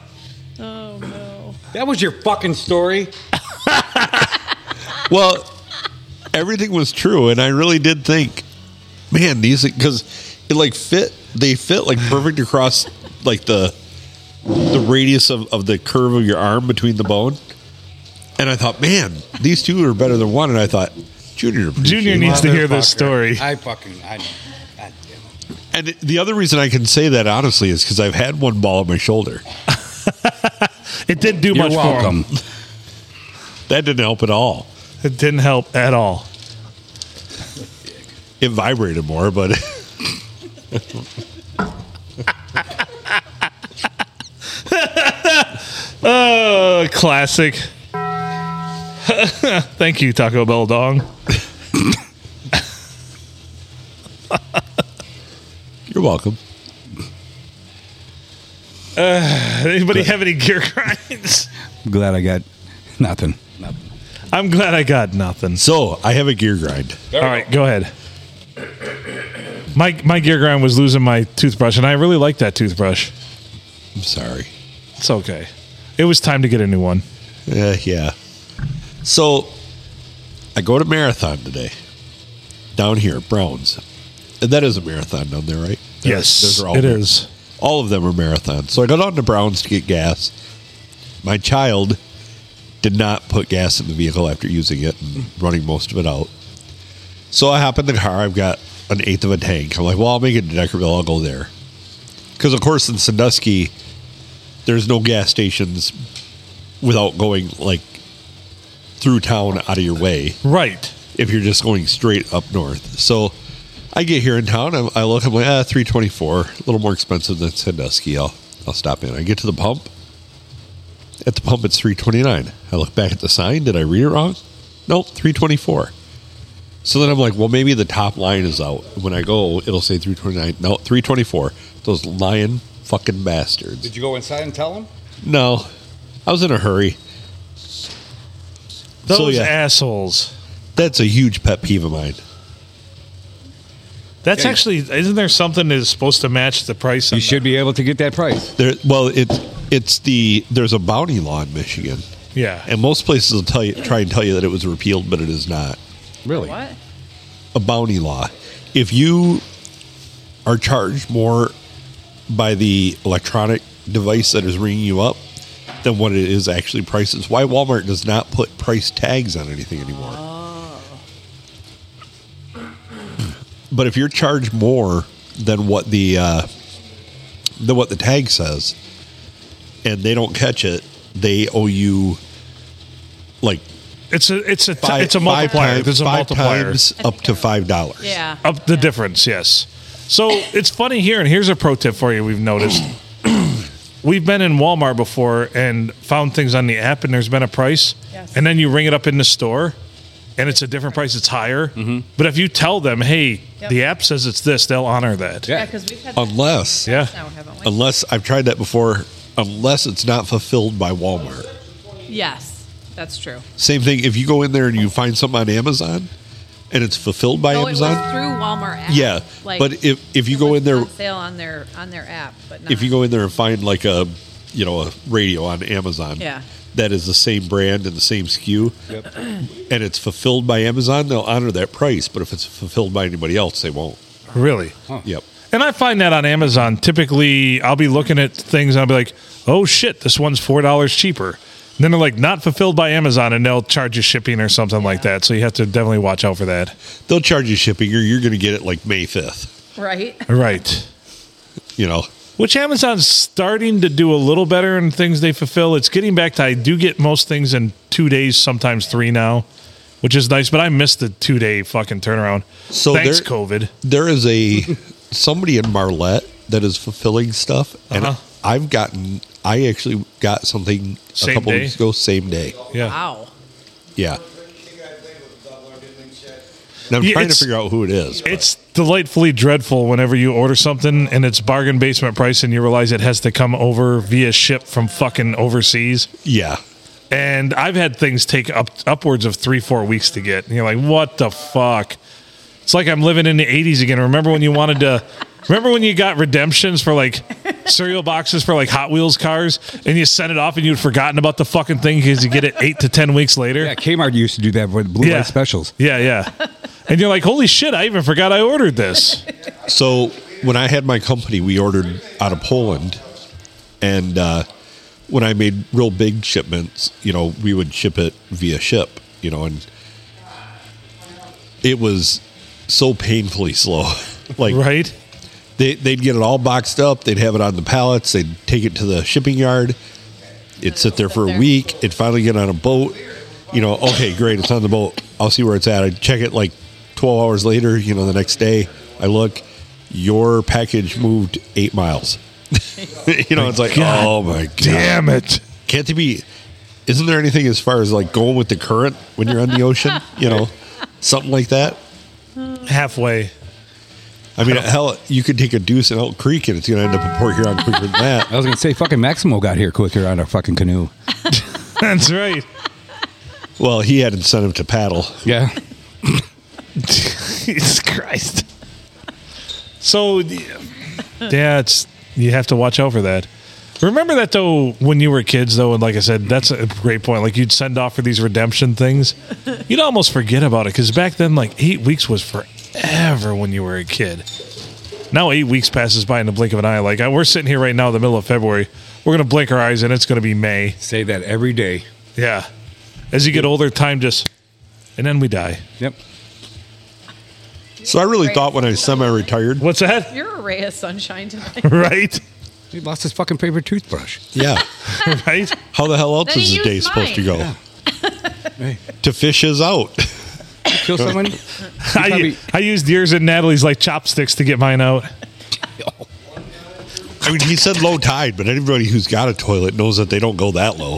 Speaker 3: Oh no.
Speaker 4: that was your fucking story.
Speaker 2: Well, everything was true, and I really did think, man, these because it like fit. They fit like perfect across like the the radius of, of the curve of your arm between the bone. And I thought, man, these two are better than one. And I thought, Junior, appreciates
Speaker 1: Junior
Speaker 2: it.
Speaker 1: needs to hear this
Speaker 4: Motherfucker.
Speaker 1: story.
Speaker 4: I fucking I know. God damn it.
Speaker 2: And the other reason I can say that honestly is because I've had one ball on my shoulder.
Speaker 1: It didn't do
Speaker 4: You're
Speaker 1: much
Speaker 4: welcome.
Speaker 1: for
Speaker 2: That didn't help at all.
Speaker 1: him. It didn't help at all.
Speaker 2: It vibrated more, but <laughs>
Speaker 1: Oh, classic. <laughs> Thank you, Taco Bell Dong.
Speaker 2: you're welcome.
Speaker 1: Anybody have any gear grinds? <laughs>
Speaker 4: I'm glad I got nothing. Nothing.
Speaker 1: I'm glad I got nothing.
Speaker 2: So I have a gear grind.
Speaker 1: All right, go ahead. My my gear grind was losing my toothbrush, and I really like that toothbrush.
Speaker 2: I'm sorry.
Speaker 1: It's okay. It was time to get a new one.
Speaker 2: Uh, yeah. So I go to marathon today. Down here, Browns. And that is a marathon down there, right? They're-
Speaker 1: yes,
Speaker 2: those are all
Speaker 1: it
Speaker 2: mar-
Speaker 1: is.
Speaker 2: All of them are marathons. So I got on to Browns to get gas. My child did not put gas in the vehicle after using it and running most of it out. So I hop in the car. I've got an eighth of a tank. I'm like, well, I'll make it to Deckerville. I'll go there. Because, of course, in Sandusky, there's no gas stations without going like through town out of your way
Speaker 1: Right.
Speaker 2: if you're just going straight up north. So I get here in town. I, I look. I'm like, ah, three twenty four. A little more expensive than Sandusky. I'll I'll stop in. I get to the pump. At the pump, it's three twenty nine. I look back at the sign. Did I read it wrong? Nope, three twenty four. So then I'm like, well, maybe the top line is out. When I go, it'll say three twenty nine. No, three twenty four. Those lying fucking bastards.
Speaker 4: Did you go inside and tell him?
Speaker 2: No, I was in a hurry.
Speaker 1: Those
Speaker 2: so yeah,
Speaker 1: assholes.
Speaker 2: that's a huge pet peeve of mine.
Speaker 1: That's
Speaker 4: Yeah.
Speaker 1: actually isn't there something that's supposed to match the price? on
Speaker 4: You should
Speaker 1: that?
Speaker 4: be able to get that price.
Speaker 2: There, well, it's it's the there's a bounty law in Michigan,
Speaker 1: Yeah.
Speaker 2: and most places will tell you try and tell you that it was repealed, but it is not
Speaker 4: Really?
Speaker 3: What?
Speaker 2: a bounty law. If you are charged more by the electronic device that is ringing you up than what it is actually priced, it's why Walmart does not put price tags on anything anymore. But if you're charged more than what the uh, than what the tag says, and they don't catch it, they owe you like
Speaker 1: it's a it's a
Speaker 2: five,
Speaker 1: it's a
Speaker 2: five
Speaker 1: multiplier.
Speaker 2: times-
Speaker 1: There's a
Speaker 2: five
Speaker 1: multiplier.
Speaker 2: times up to five dollars.
Speaker 3: Yeah.
Speaker 1: up the difference yes so it's funny here and here's a pro tip for you we've noticed <clears throat> we've been in walmart before and found things on the app and there's been a price
Speaker 3: Yes.
Speaker 1: and then you ring it up in the store and it's a different price, it's higher. But if you tell them, hey,
Speaker 5: Yep.
Speaker 1: the app says it's this, they'll honor that.
Speaker 4: Yeah.
Speaker 5: Yeah, because we've had that
Speaker 2: Unless,
Speaker 1: Yeah.
Speaker 5: now, haven't we?
Speaker 2: unless I've tried that before, unless it's not fulfilled by Walmart.
Speaker 5: Yes, that's true.
Speaker 2: Same thing. If you go in there and you find something on Amazon and it's fulfilled by
Speaker 5: No, it was
Speaker 2: Amazon,
Speaker 5: through Walmart. App.
Speaker 2: yeah. but if if you
Speaker 5: it
Speaker 2: go
Speaker 5: was
Speaker 2: in there,
Speaker 5: on sale on their on their app, but not,
Speaker 2: if you go in there and find like a you know a radio on Amazon,
Speaker 5: Yeah.
Speaker 2: that is the same brand and the same SKU,
Speaker 4: Yep.
Speaker 2: and it's fulfilled by Amazon, they'll honor that price. But if it's fulfilled by anybody else, they won't.
Speaker 1: Really?
Speaker 2: Yep.
Speaker 1: And I find that on Amazon, typically I'll be looking at things and I'll be like, oh shit, this one's $4 cheaper. And then they're like, not fulfilled by Amazon, and they'll charge you shipping or something like that. So you have to definitely watch out for that.
Speaker 2: They'll charge you shipping, or you're going to get it like May fifth.
Speaker 5: right.
Speaker 1: Right.
Speaker 2: You know.
Speaker 1: Which Amazon's starting to do a little better in things they fulfill. It's getting back to, I do get most things in two days, sometimes three now, which is nice, but I missed the two day fucking turnaround.
Speaker 2: So
Speaker 1: Thanks,
Speaker 2: there-
Speaker 1: COVID.
Speaker 2: there is a somebody in Marlette that is fulfilling stuff, and
Speaker 1: Uh-huh.
Speaker 2: I've gotten I actually got something
Speaker 1: Same
Speaker 2: a couple
Speaker 1: day?
Speaker 2: weeks ago, same day.
Speaker 1: Yeah.
Speaker 5: Wow.
Speaker 2: Yeah, and I'm
Speaker 1: Yeah,
Speaker 2: trying to
Speaker 1: it's-
Speaker 2: figure out who it is. but-
Speaker 1: It's delightfully dreadful whenever you order something and it's bargain basement price and you realize it has to come over via ship from fucking overseas.
Speaker 2: yeah,
Speaker 1: And I've had things take up upwards of three, four weeks to get. And you're like, what the fuck? It's like I'm living in the 80s again. Remember when you wanted to, remember when you got redemptions for like cereal boxes for like Hot Wheels cars and you sent it off and you'd forgotten about the fucking thing because you get it eight to 10 weeks later?
Speaker 4: Yeah, Kmart used to do that with blue light specials.
Speaker 1: Yeah, yeah. And you're like, holy shit, I even forgot I ordered <laughs> this.
Speaker 2: So when I had my company, we ordered out of Poland, and uh, when I made real big shipments, you know, we would ship it via ship, you know, and it was so painfully <laughs> slow. like
Speaker 1: Right?
Speaker 2: they, they'd get it all boxed up. They'd have it on the pallets. They'd take it to the shipping yard. It'd sit there for a week. It'd finally get on a boat. You know, okay, great, it's on the boat. I'll see where it's at. I'd check it like 12 hours later, you know, the next day. I look, your package moved eight miles. <laughs> you know, it's like,
Speaker 1: God
Speaker 2: oh my God.
Speaker 1: Damn it.
Speaker 2: Can't they be, isn't there anything as far as like going with the current when you're on the ocean? <laughs> You know, something like that?
Speaker 1: Halfway. <laughs>
Speaker 2: I mean, hell, you could take a deuce in Elk Creek and it's going to end up in Port Huron quicker than
Speaker 4: I
Speaker 2: that.
Speaker 4: was gonna say, fucking Maximo got here quicker on a fucking canoe.
Speaker 1: That's right.
Speaker 2: Well, he had incentive to paddle.
Speaker 4: Yeah,
Speaker 1: <laughs> Jesus Christ. So, yeah, it's, you have to watch out for that. Remember that though when you were kids though, and like I said, that's a great point. Like you'd send off for these redemption things, you'd almost forget about it because back then, like eight weeks was forever when you were a kid. Now eight weeks passes by in the blink of an eye. Like I, we're sitting here right now, in the middle of February. We're gonna blink our eyes and it's gonna be May.
Speaker 4: <laughs> say that every day.
Speaker 1: Yeah. As you get older, time just, and then we die.
Speaker 4: Yep.
Speaker 2: So I really thought when I semi retired,
Speaker 1: What's that? <laughs>
Speaker 5: You're a ray of sunshine tonight.
Speaker 1: right?
Speaker 4: He lost his fucking paper toothbrush.
Speaker 2: yeah,
Speaker 1: Right?
Speaker 2: <laughs> how the hell else
Speaker 5: Then
Speaker 2: is
Speaker 5: he
Speaker 2: this day
Speaker 5: used
Speaker 2: supposed to
Speaker 5: mine.
Speaker 2: go?
Speaker 4: Oh. <laughs>
Speaker 2: To fish is out. <laughs>
Speaker 4: Kill someone?
Speaker 1: I,
Speaker 4: probably-
Speaker 1: I used yours and Natalie's like chopsticks to get mine out. <laughs>
Speaker 2: I mean, he said low tide, but anybody who's got a toilet knows that they don't go that
Speaker 5: <laughs>
Speaker 2: low.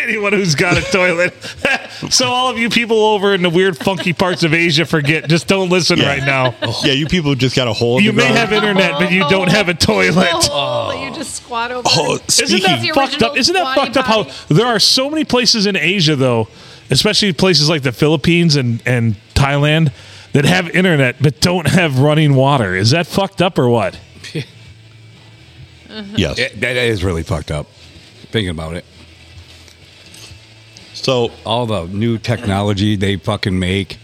Speaker 1: Anyone who's got a toilet. <laughs> so, all of you people over in the weird, funky parts of Asia, forget. Just don't listen
Speaker 2: Yeah.
Speaker 1: right
Speaker 2: <laughs>
Speaker 1: now.
Speaker 2: Yeah, you people just got a hole in
Speaker 1: You
Speaker 2: the
Speaker 1: may
Speaker 2: ground.
Speaker 1: have internet, but you don't have a toilet.
Speaker 5: Oh, that you just squat over.
Speaker 1: <laughs>
Speaker 2: Oh,
Speaker 1: Isn't
Speaker 2: Speaking-
Speaker 1: that
Speaker 5: The
Speaker 1: fucked
Speaker 5: original
Speaker 1: up? Isn't that
Speaker 5: squatty
Speaker 1: fucked up how
Speaker 5: potty.
Speaker 1: there are so many places in Asia though, especially places like the Philippines and, and Thailand that have internet but don't have running water. Is that fucked up or what?
Speaker 2: Yes.
Speaker 4: <laughs> Yeah, that is really fucked up. Thinking about it,
Speaker 2: So
Speaker 4: all the new technology they fucking make.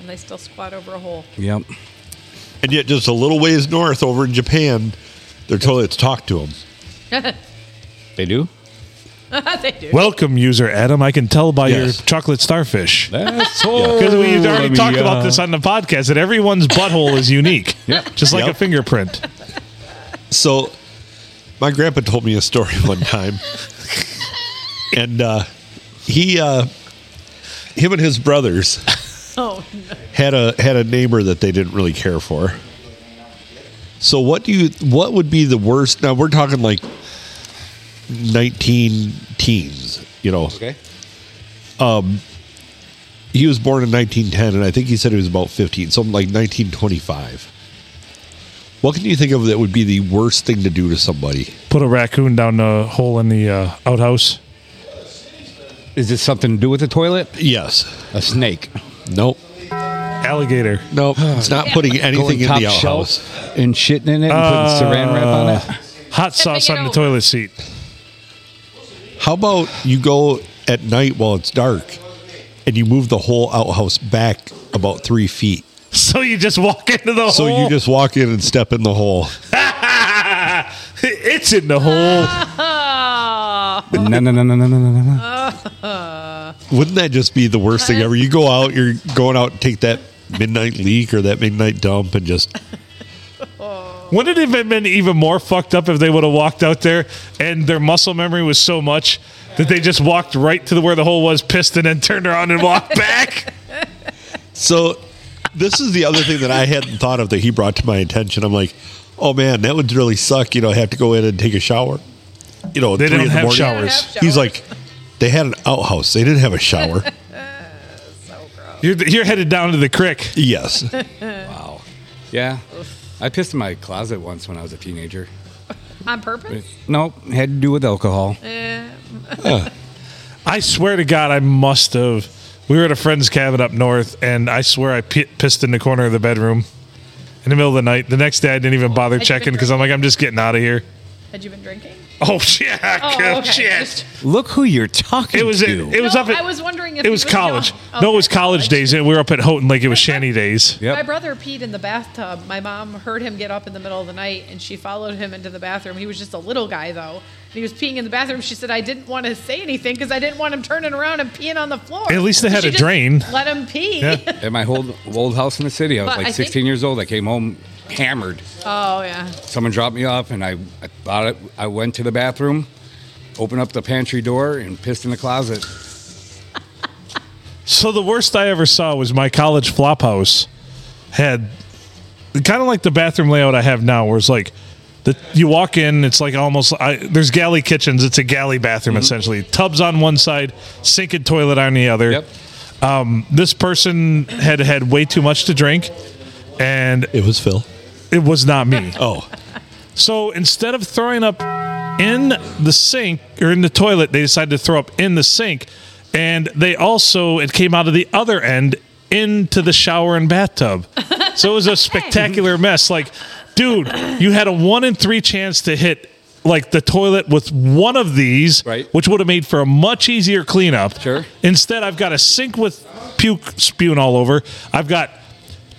Speaker 5: And they still squat over a hole. <laughs>
Speaker 4: Yep.
Speaker 2: And yet, just a little ways north over in Japan, their toilets talk to them.
Speaker 4: They do.
Speaker 5: they do.
Speaker 1: Welcome, user Adam. I can tell by
Speaker 2: Yes.
Speaker 1: your chocolate starfish.
Speaker 4: That's
Speaker 1: Because we have
Speaker 4: totally,
Speaker 1: already talked
Speaker 4: uh,
Speaker 1: about this on the podcast that everyone's butthole is
Speaker 2: <laughs>
Speaker 1: unique.
Speaker 4: Yeah.
Speaker 1: Just like
Speaker 2: Yep.
Speaker 1: a fingerprint.
Speaker 2: So, my grandpa told me a story <laughs> one time, and uh, he, uh, him and his brothers
Speaker 5: Oh, no.
Speaker 2: had a had a neighbor that they didn't really care for, So what do you what would be the worst? Now we're talking like 19 teens, you know.
Speaker 4: Okay.
Speaker 2: He was born in 1910 and I think he said he was about 15, something like 1925. What can you think of that would be the worst thing to do to somebody?
Speaker 1: Put a raccoon down the hole in the uh, outhouse.
Speaker 4: Is this something to do with the toilet?
Speaker 2: Yes.
Speaker 4: A snake.
Speaker 2: Nope.
Speaker 1: Alligator.
Speaker 4: <sighs>
Speaker 2: Nope. It's not putting anything
Speaker 4: Going
Speaker 2: in
Speaker 4: top
Speaker 2: the outhouse.
Speaker 4: shelf and shitting in it and
Speaker 1: Uh,
Speaker 4: putting saran wrap on it.
Speaker 1: <laughs> Hot sauce on the toilet seat. <laughs>
Speaker 2: How about you go at night while it's dark and you move the whole outhouse back about three feet?
Speaker 1: So you just walk into the
Speaker 2: So
Speaker 1: hole.
Speaker 5: Oh.
Speaker 2: you just walk in and step in the hole.
Speaker 1: <laughs> it's in the hole.
Speaker 5: Uh,
Speaker 4: No, no, no, no, no, no, no, no.
Speaker 2: Wouldn't that just be the worst thing ever? You go out, you're going out and take that midnight leak or that midnight dump and just
Speaker 1: Wouldn't it have been even more fucked up if they would have walked out there and their muscle memory was so much that they just walked right to the where the hole was, pissed, and then turned around and walked <laughs> back?
Speaker 2: so this is the other thing that I hadn't thought of that he brought to my attention. I'm like, oh man, that would really suck. You know, I have to go in and take a shower. You know, at
Speaker 1: They
Speaker 2: three
Speaker 1: don't
Speaker 2: in the
Speaker 1: have
Speaker 2: morning.
Speaker 1: showers.
Speaker 5: They don't have
Speaker 2: He's
Speaker 5: showers.
Speaker 2: like, they had an outhouse. They didn't have a
Speaker 5: <laughs>
Speaker 2: shower.
Speaker 1: You're, you're headed down to the crick.
Speaker 2: yes.
Speaker 4: Yeah. I pissed in my closet once when I was a teenager.
Speaker 5: On purpose?
Speaker 4: Nope, had to do with alcohol.
Speaker 5: Uh,
Speaker 1: I swear to God, I must have. We were at a friend's cabin up north, and I swear I pi pissed in the corner of the bedroom in the middle of the night. The next day, I didn't even bother
Speaker 5: Had you been
Speaker 1: checking because I'm like, I'm just getting out of
Speaker 5: <laughs>
Speaker 1: here.
Speaker 5: Had you been drinking?
Speaker 1: <laughs> Oh shit!
Speaker 5: Oh, okay.
Speaker 1: Shit!
Speaker 4: Look who you're talking
Speaker 1: It was it,
Speaker 4: to.
Speaker 1: was
Speaker 5: No,
Speaker 1: up. At,
Speaker 5: I was wondering if
Speaker 1: it
Speaker 5: he
Speaker 1: was
Speaker 5: was
Speaker 1: college.
Speaker 5: young.
Speaker 1: No, it was
Speaker 5: Okay,
Speaker 1: college
Speaker 5: college.
Speaker 1: days, and we were up at Houghton Lake. It
Speaker 5: <laughs>
Speaker 1: was shanty days.
Speaker 5: My
Speaker 4: yep.
Speaker 5: brother peed in the bathtub. My mom heard him get up in the middle of the night and she followed him into the bathroom. He was just a little guy though. And he was peeing in the bathroom. She said, I didn't want to say anything because I didn't want him turning around and peeing on the floor.
Speaker 1: At least they
Speaker 5: So
Speaker 1: had
Speaker 5: she
Speaker 1: a
Speaker 5: just
Speaker 1: drain.
Speaker 5: Let him pee.
Speaker 1: Yeah.
Speaker 4: At my old, old house in the city, I was
Speaker 5: But I
Speaker 4: like
Speaker 5: think-
Speaker 4: 16 years old. I came home hammered.
Speaker 5: <laughs> Oh, yeah.
Speaker 4: Someone dropped me off, and I, I thought it, I went to the bathroom, opened up the pantry door, and pissed in the closet.
Speaker 1: So the worst I ever saw was my college flop house had kind of like the bathroom layout I have now, where it's like the, you walk in, it's like almost I, there's galley kitchens. It's a galley bathroom essentially. Tubs on one side, sink and toilet on the other.
Speaker 4: Yep.
Speaker 1: Um, this person had had way too much to drink, and
Speaker 2: It was Phil.
Speaker 1: it was not me.
Speaker 2: Oh,
Speaker 1: So instead of throwing up in the sink or in the toilet, they decided to throw up in the sink. And they also, it came out of the other end into the shower and bathtub. So it was a spectacular mess. Like, dude, you had a one in three chance to hit like the toilet with one of these,
Speaker 4: Right.
Speaker 1: which would have made for a much easier cleanup.
Speaker 4: Sure.
Speaker 1: Instead, I've got a sink with puke spewing all over. I've got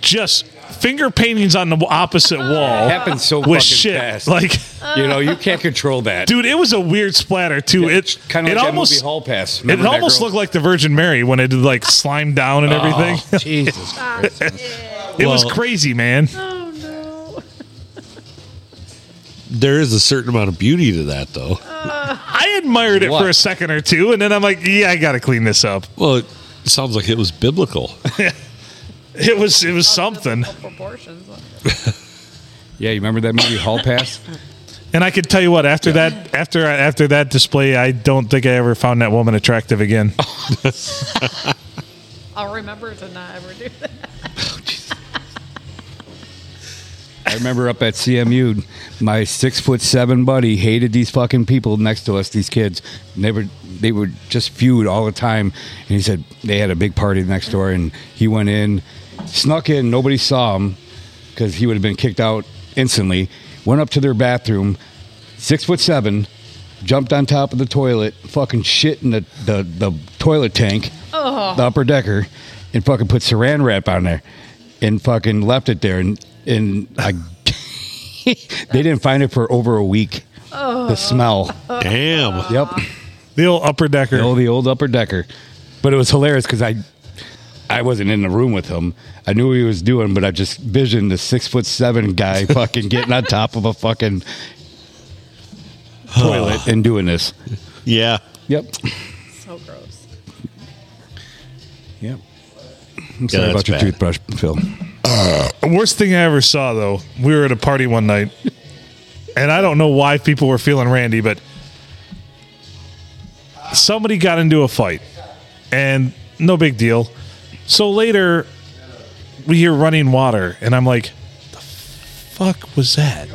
Speaker 1: just finger paintings on the opposite
Speaker 4: <laughs>
Speaker 1: wall.
Speaker 4: Happened so
Speaker 1: with
Speaker 4: fucking
Speaker 1: shit.
Speaker 4: fast.
Speaker 1: Like,
Speaker 4: you know, you can't control that.
Speaker 1: dude, it was a weird splatter too.
Speaker 4: it's
Speaker 1: it
Speaker 4: kind of
Speaker 1: it
Speaker 4: like
Speaker 1: almost
Speaker 4: that Oh, movie Hall Pass.
Speaker 1: it almost looked like the Virgin Mary when it like slimed down and everything.
Speaker 4: Jesus Christ.
Speaker 1: It was
Speaker 2: Well-
Speaker 1: crazy, man.
Speaker 5: Oh, no.
Speaker 2: there is a certain amount of beauty to that, though.
Speaker 1: I admired it for
Speaker 4: What?
Speaker 1: a second or two, and then I'm like, yeah, I gotta clean this up.
Speaker 2: Well, it sounds like it was
Speaker 5: <laughs>
Speaker 2: biblical.
Speaker 1: It was it was something,
Speaker 5: Proportions.
Speaker 4: Yeah, you remember that movie Hall Pass?
Speaker 1: and I could tell you what after that after after that display, I don't think I ever found that woman attractive
Speaker 4: <laughs>
Speaker 1: again.
Speaker 5: I'll remember to not ever do that. <laughs>
Speaker 4: I remember up at CMU, my six foot seven buddy hated these fucking people next to us, these kids. And they were they would just feud all the time. And he said they had a big party next door, and he went in, snuck in, nobody saw him because he would have been kicked out instantly. Went up to their bathroom, six foot seven, jumped on top of the toilet, fucking shit in the the, the toilet tank, the upper decker, and fucking put Saran wrap on there, and fucking left it there, and and I, <laughs> they didn't find it for over a week. The smell.
Speaker 2: Damn.
Speaker 4: Yep.
Speaker 1: The old upper decker.
Speaker 4: Oh, the old upper decker. But it was hilarious because I, I wasn't in the room with him. I knew what he was doing, but I just visioned the six foot
Speaker 1: <laughs>
Speaker 4: seven guy fucking getting on top of a fucking toilet and doing this.
Speaker 2: Yeah.
Speaker 4: Yep.
Speaker 5: So gross.
Speaker 4: Yep. I'm sorry
Speaker 2: that's
Speaker 4: about your
Speaker 2: bad.
Speaker 4: toothbrush, Phil.
Speaker 1: Worst thing I ever saw, though, we were at a party one night, and I don't know why people were feeling Randy, but somebody got into a fight, and no big deal. So later, we hear running water, and I'm like, the fuck was that?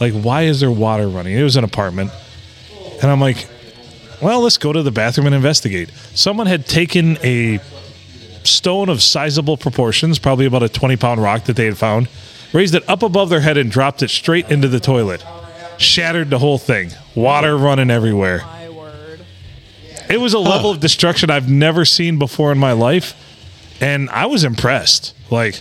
Speaker 1: Like, why is there water running? It was an apartment. And I'm like, well, let's go to the bathroom and investigate. Someone had taken a stone of sizable proportions, probably about a 20 pound rock that they had found, raised it up above their head and dropped it straight into the toilet. Shattered the whole thing. Water running everywhere.
Speaker 3: My word.
Speaker 1: It was a level of destruction I've never seen before in my life. And I was impressed. Like,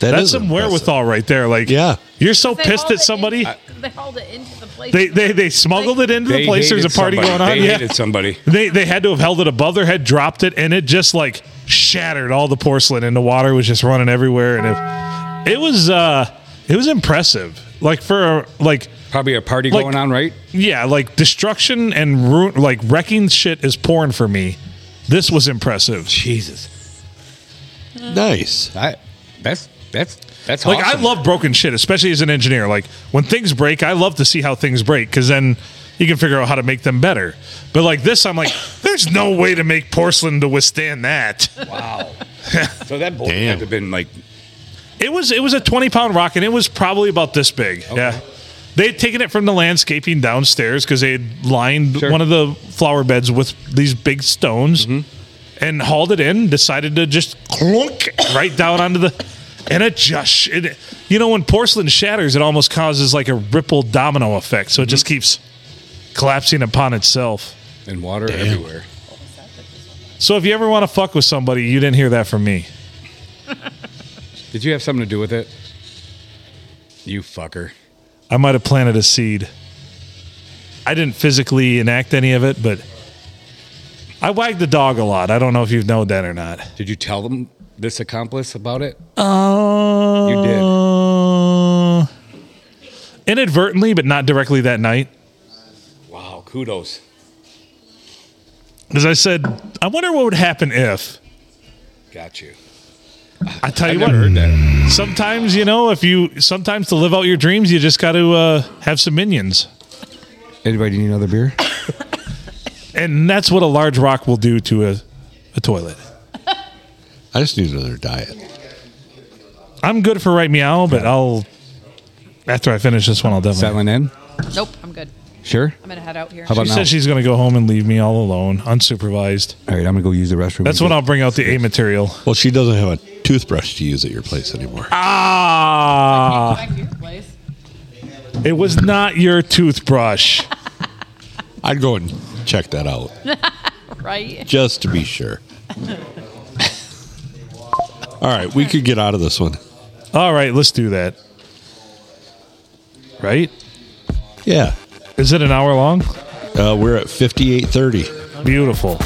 Speaker 1: that's some wherewithal right there. Like,
Speaker 2: Yeah.
Speaker 1: you're so
Speaker 3: They
Speaker 1: pissed
Speaker 3: hauled it
Speaker 1: at somebody.
Speaker 3: in- they hauled it into the place.
Speaker 1: They, they they smuggled it into the place. There's a
Speaker 4: hated
Speaker 1: party
Speaker 4: somebody.
Speaker 1: going on.
Speaker 4: They
Speaker 1: yeah.
Speaker 4: hated somebody.
Speaker 1: They they had to have held it above their head, dropped it, and it just like shattered all the porcelain, and the water was just running everywhere. And it, it was uh, it was impressive. Like for like
Speaker 4: Probably a party
Speaker 1: Like-
Speaker 4: going on, right?
Speaker 1: yeah, like destruction and ruin, like wrecking shit is porn for me. This was impressive.
Speaker 4: Jesus,
Speaker 2: Nice.
Speaker 4: I, that's that's that's
Speaker 1: Like
Speaker 4: awesome.
Speaker 1: I love broken shit, especially as an engineer. Like when things break, I love to see how things break because then you can figure out how to make them better. But like this, I'm like, there's no way to make porcelain to withstand that.
Speaker 4: Wow. so that bolt
Speaker 2: Damn.
Speaker 4: had to have been like
Speaker 1: It was it was a twenty pound rock, and it was probably about this big. Yeah, they had taken it from the landscaping downstairs because they had lined
Speaker 4: Sure.
Speaker 1: one of the flower beds with these big stones, and hauled it in. Decided to just clunk <coughs> right down onto the, and it just it, you know when porcelain shatters, it almost causes like a ripple domino effect, so it just keeps collapsing upon itself.
Speaker 4: in water everywhere.
Speaker 1: So if you ever want to fuck with somebody, you didn't hear that from me.
Speaker 4: Did you have something to do with it? You fucker.
Speaker 1: I might have planted a seed. I didn't physically enact any of it, but I wagged the dog a lot. I don't know if you've known that or not.
Speaker 4: Did you tell them this accomplice about it?
Speaker 1: Uh,
Speaker 4: You did.
Speaker 1: Inadvertently, but not directly that night.
Speaker 4: Wow, kudos.
Speaker 1: Because I said, I wonder what would happen if.
Speaker 4: Got you.
Speaker 1: I tell
Speaker 4: I
Speaker 1: you
Speaker 4: never heard
Speaker 1: what,
Speaker 4: that.
Speaker 1: sometimes, you know, if you, sometimes to live out your dreams, you just got to uh, have some minions.
Speaker 4: Anybody need another beer?
Speaker 1: And that's what a large rock will do to a, a toilet.
Speaker 2: I just need another diet.
Speaker 1: I'm good for right meow, but I'll after I finish this one, I'll definitely.
Speaker 4: Settling in?
Speaker 5: Nope, I'm good.
Speaker 4: Sure.
Speaker 5: I'm gonna head out here.
Speaker 4: How about
Speaker 1: She
Speaker 4: now?
Speaker 1: said she's going to go home and leave me all alone, unsupervised.
Speaker 4: All right, I'm gonna go use the restroom.
Speaker 1: That's when I'll bring out the A material.
Speaker 2: Well, she doesn't have a toothbrush to use at your place anymore.
Speaker 1: Ah!
Speaker 5: Back to your place.
Speaker 1: It was not your toothbrush.
Speaker 2: I'd go and check that out
Speaker 5: Right?
Speaker 2: just to
Speaker 1: <laughs>
Speaker 2: be sure. All right, we could get out of this one.
Speaker 1: All right, let's do that. Right?
Speaker 2: Yeah,
Speaker 1: Is it an hour long?
Speaker 2: uh, we're at fifty-eight thirty.
Speaker 1: Beautiful.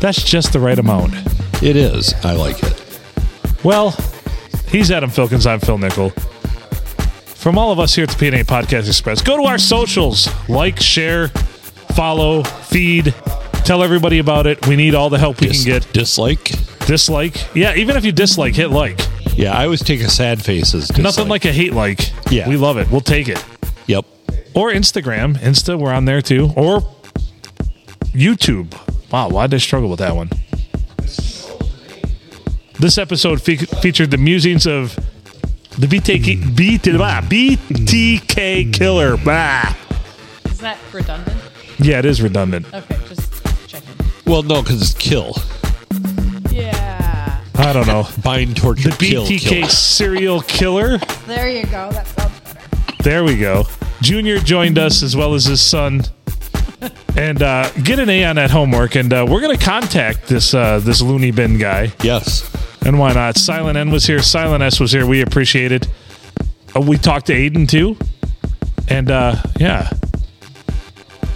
Speaker 1: That's just the right amount.
Speaker 2: It is. I like it.
Speaker 1: Well, he's Adam Filkins. I'm Phil Nickel. From all of us here at the PNA Podcast Express, go to our socials. Like, share, follow, feed. Tell everybody about it. We need all the help we
Speaker 2: Dis-
Speaker 1: can get.
Speaker 2: dislike.
Speaker 1: Dislike. Yeah, even if you dislike, hit like.
Speaker 2: Yeah, I always take a sad face as dislike.
Speaker 1: Nothing like a hate like.
Speaker 2: Yeah.
Speaker 1: We love it. We'll take it.
Speaker 2: Yep.
Speaker 1: Or Instagram. Insta, we're on there too. Or YouTube. Wow, why did I struggle with that one? This episode fe- featured the musings of the BTK,
Speaker 2: Hmm.
Speaker 1: BT, blah, BTK killer. Blah.
Speaker 5: Is that redundant?
Speaker 1: Yeah, it is redundant.
Speaker 5: Okay, just checking.
Speaker 2: Well, no, because it's kill,
Speaker 5: Yeah.
Speaker 1: I don't know.
Speaker 2: bind, torture,
Speaker 1: The
Speaker 2: kill,
Speaker 1: BTK
Speaker 2: kill.
Speaker 1: serial killer.
Speaker 5: There you go. That sounds better.
Speaker 1: There we go. Junior joined us as well as his son. And uh, get an A on that homework, and uh, we're gonna contact this uh, this loony bin guy.
Speaker 2: Yes.
Speaker 1: And why not? Silent N was here. Silent S was here. We appreciate it. Uh, we talked to Aiden too. And uh, yeah.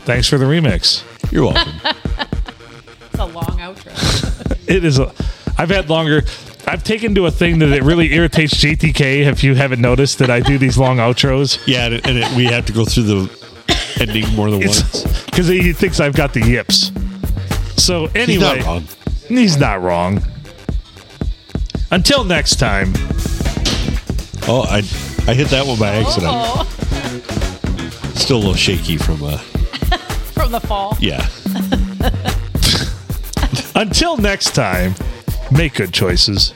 Speaker 1: Thanks for the remix.
Speaker 2: You're welcome.
Speaker 5: It's a long outro.
Speaker 1: It is a. I've had longer. I've taken to a thing that it really irritates JTK. If you haven't noticed that I do these long outros,
Speaker 2: yeah, and, it, and it, we have to go through the ending more than once. <laughs>
Speaker 1: because he thinks I've got the yips. So anyway,
Speaker 2: He's not wrong.
Speaker 1: He's not wrong. Until next time.
Speaker 2: Oh, I I hit that one by accident.
Speaker 5: Oh,
Speaker 2: Still a little shaky from uh
Speaker 5: from the fall.
Speaker 2: yeah.
Speaker 1: Until next time, make good choices.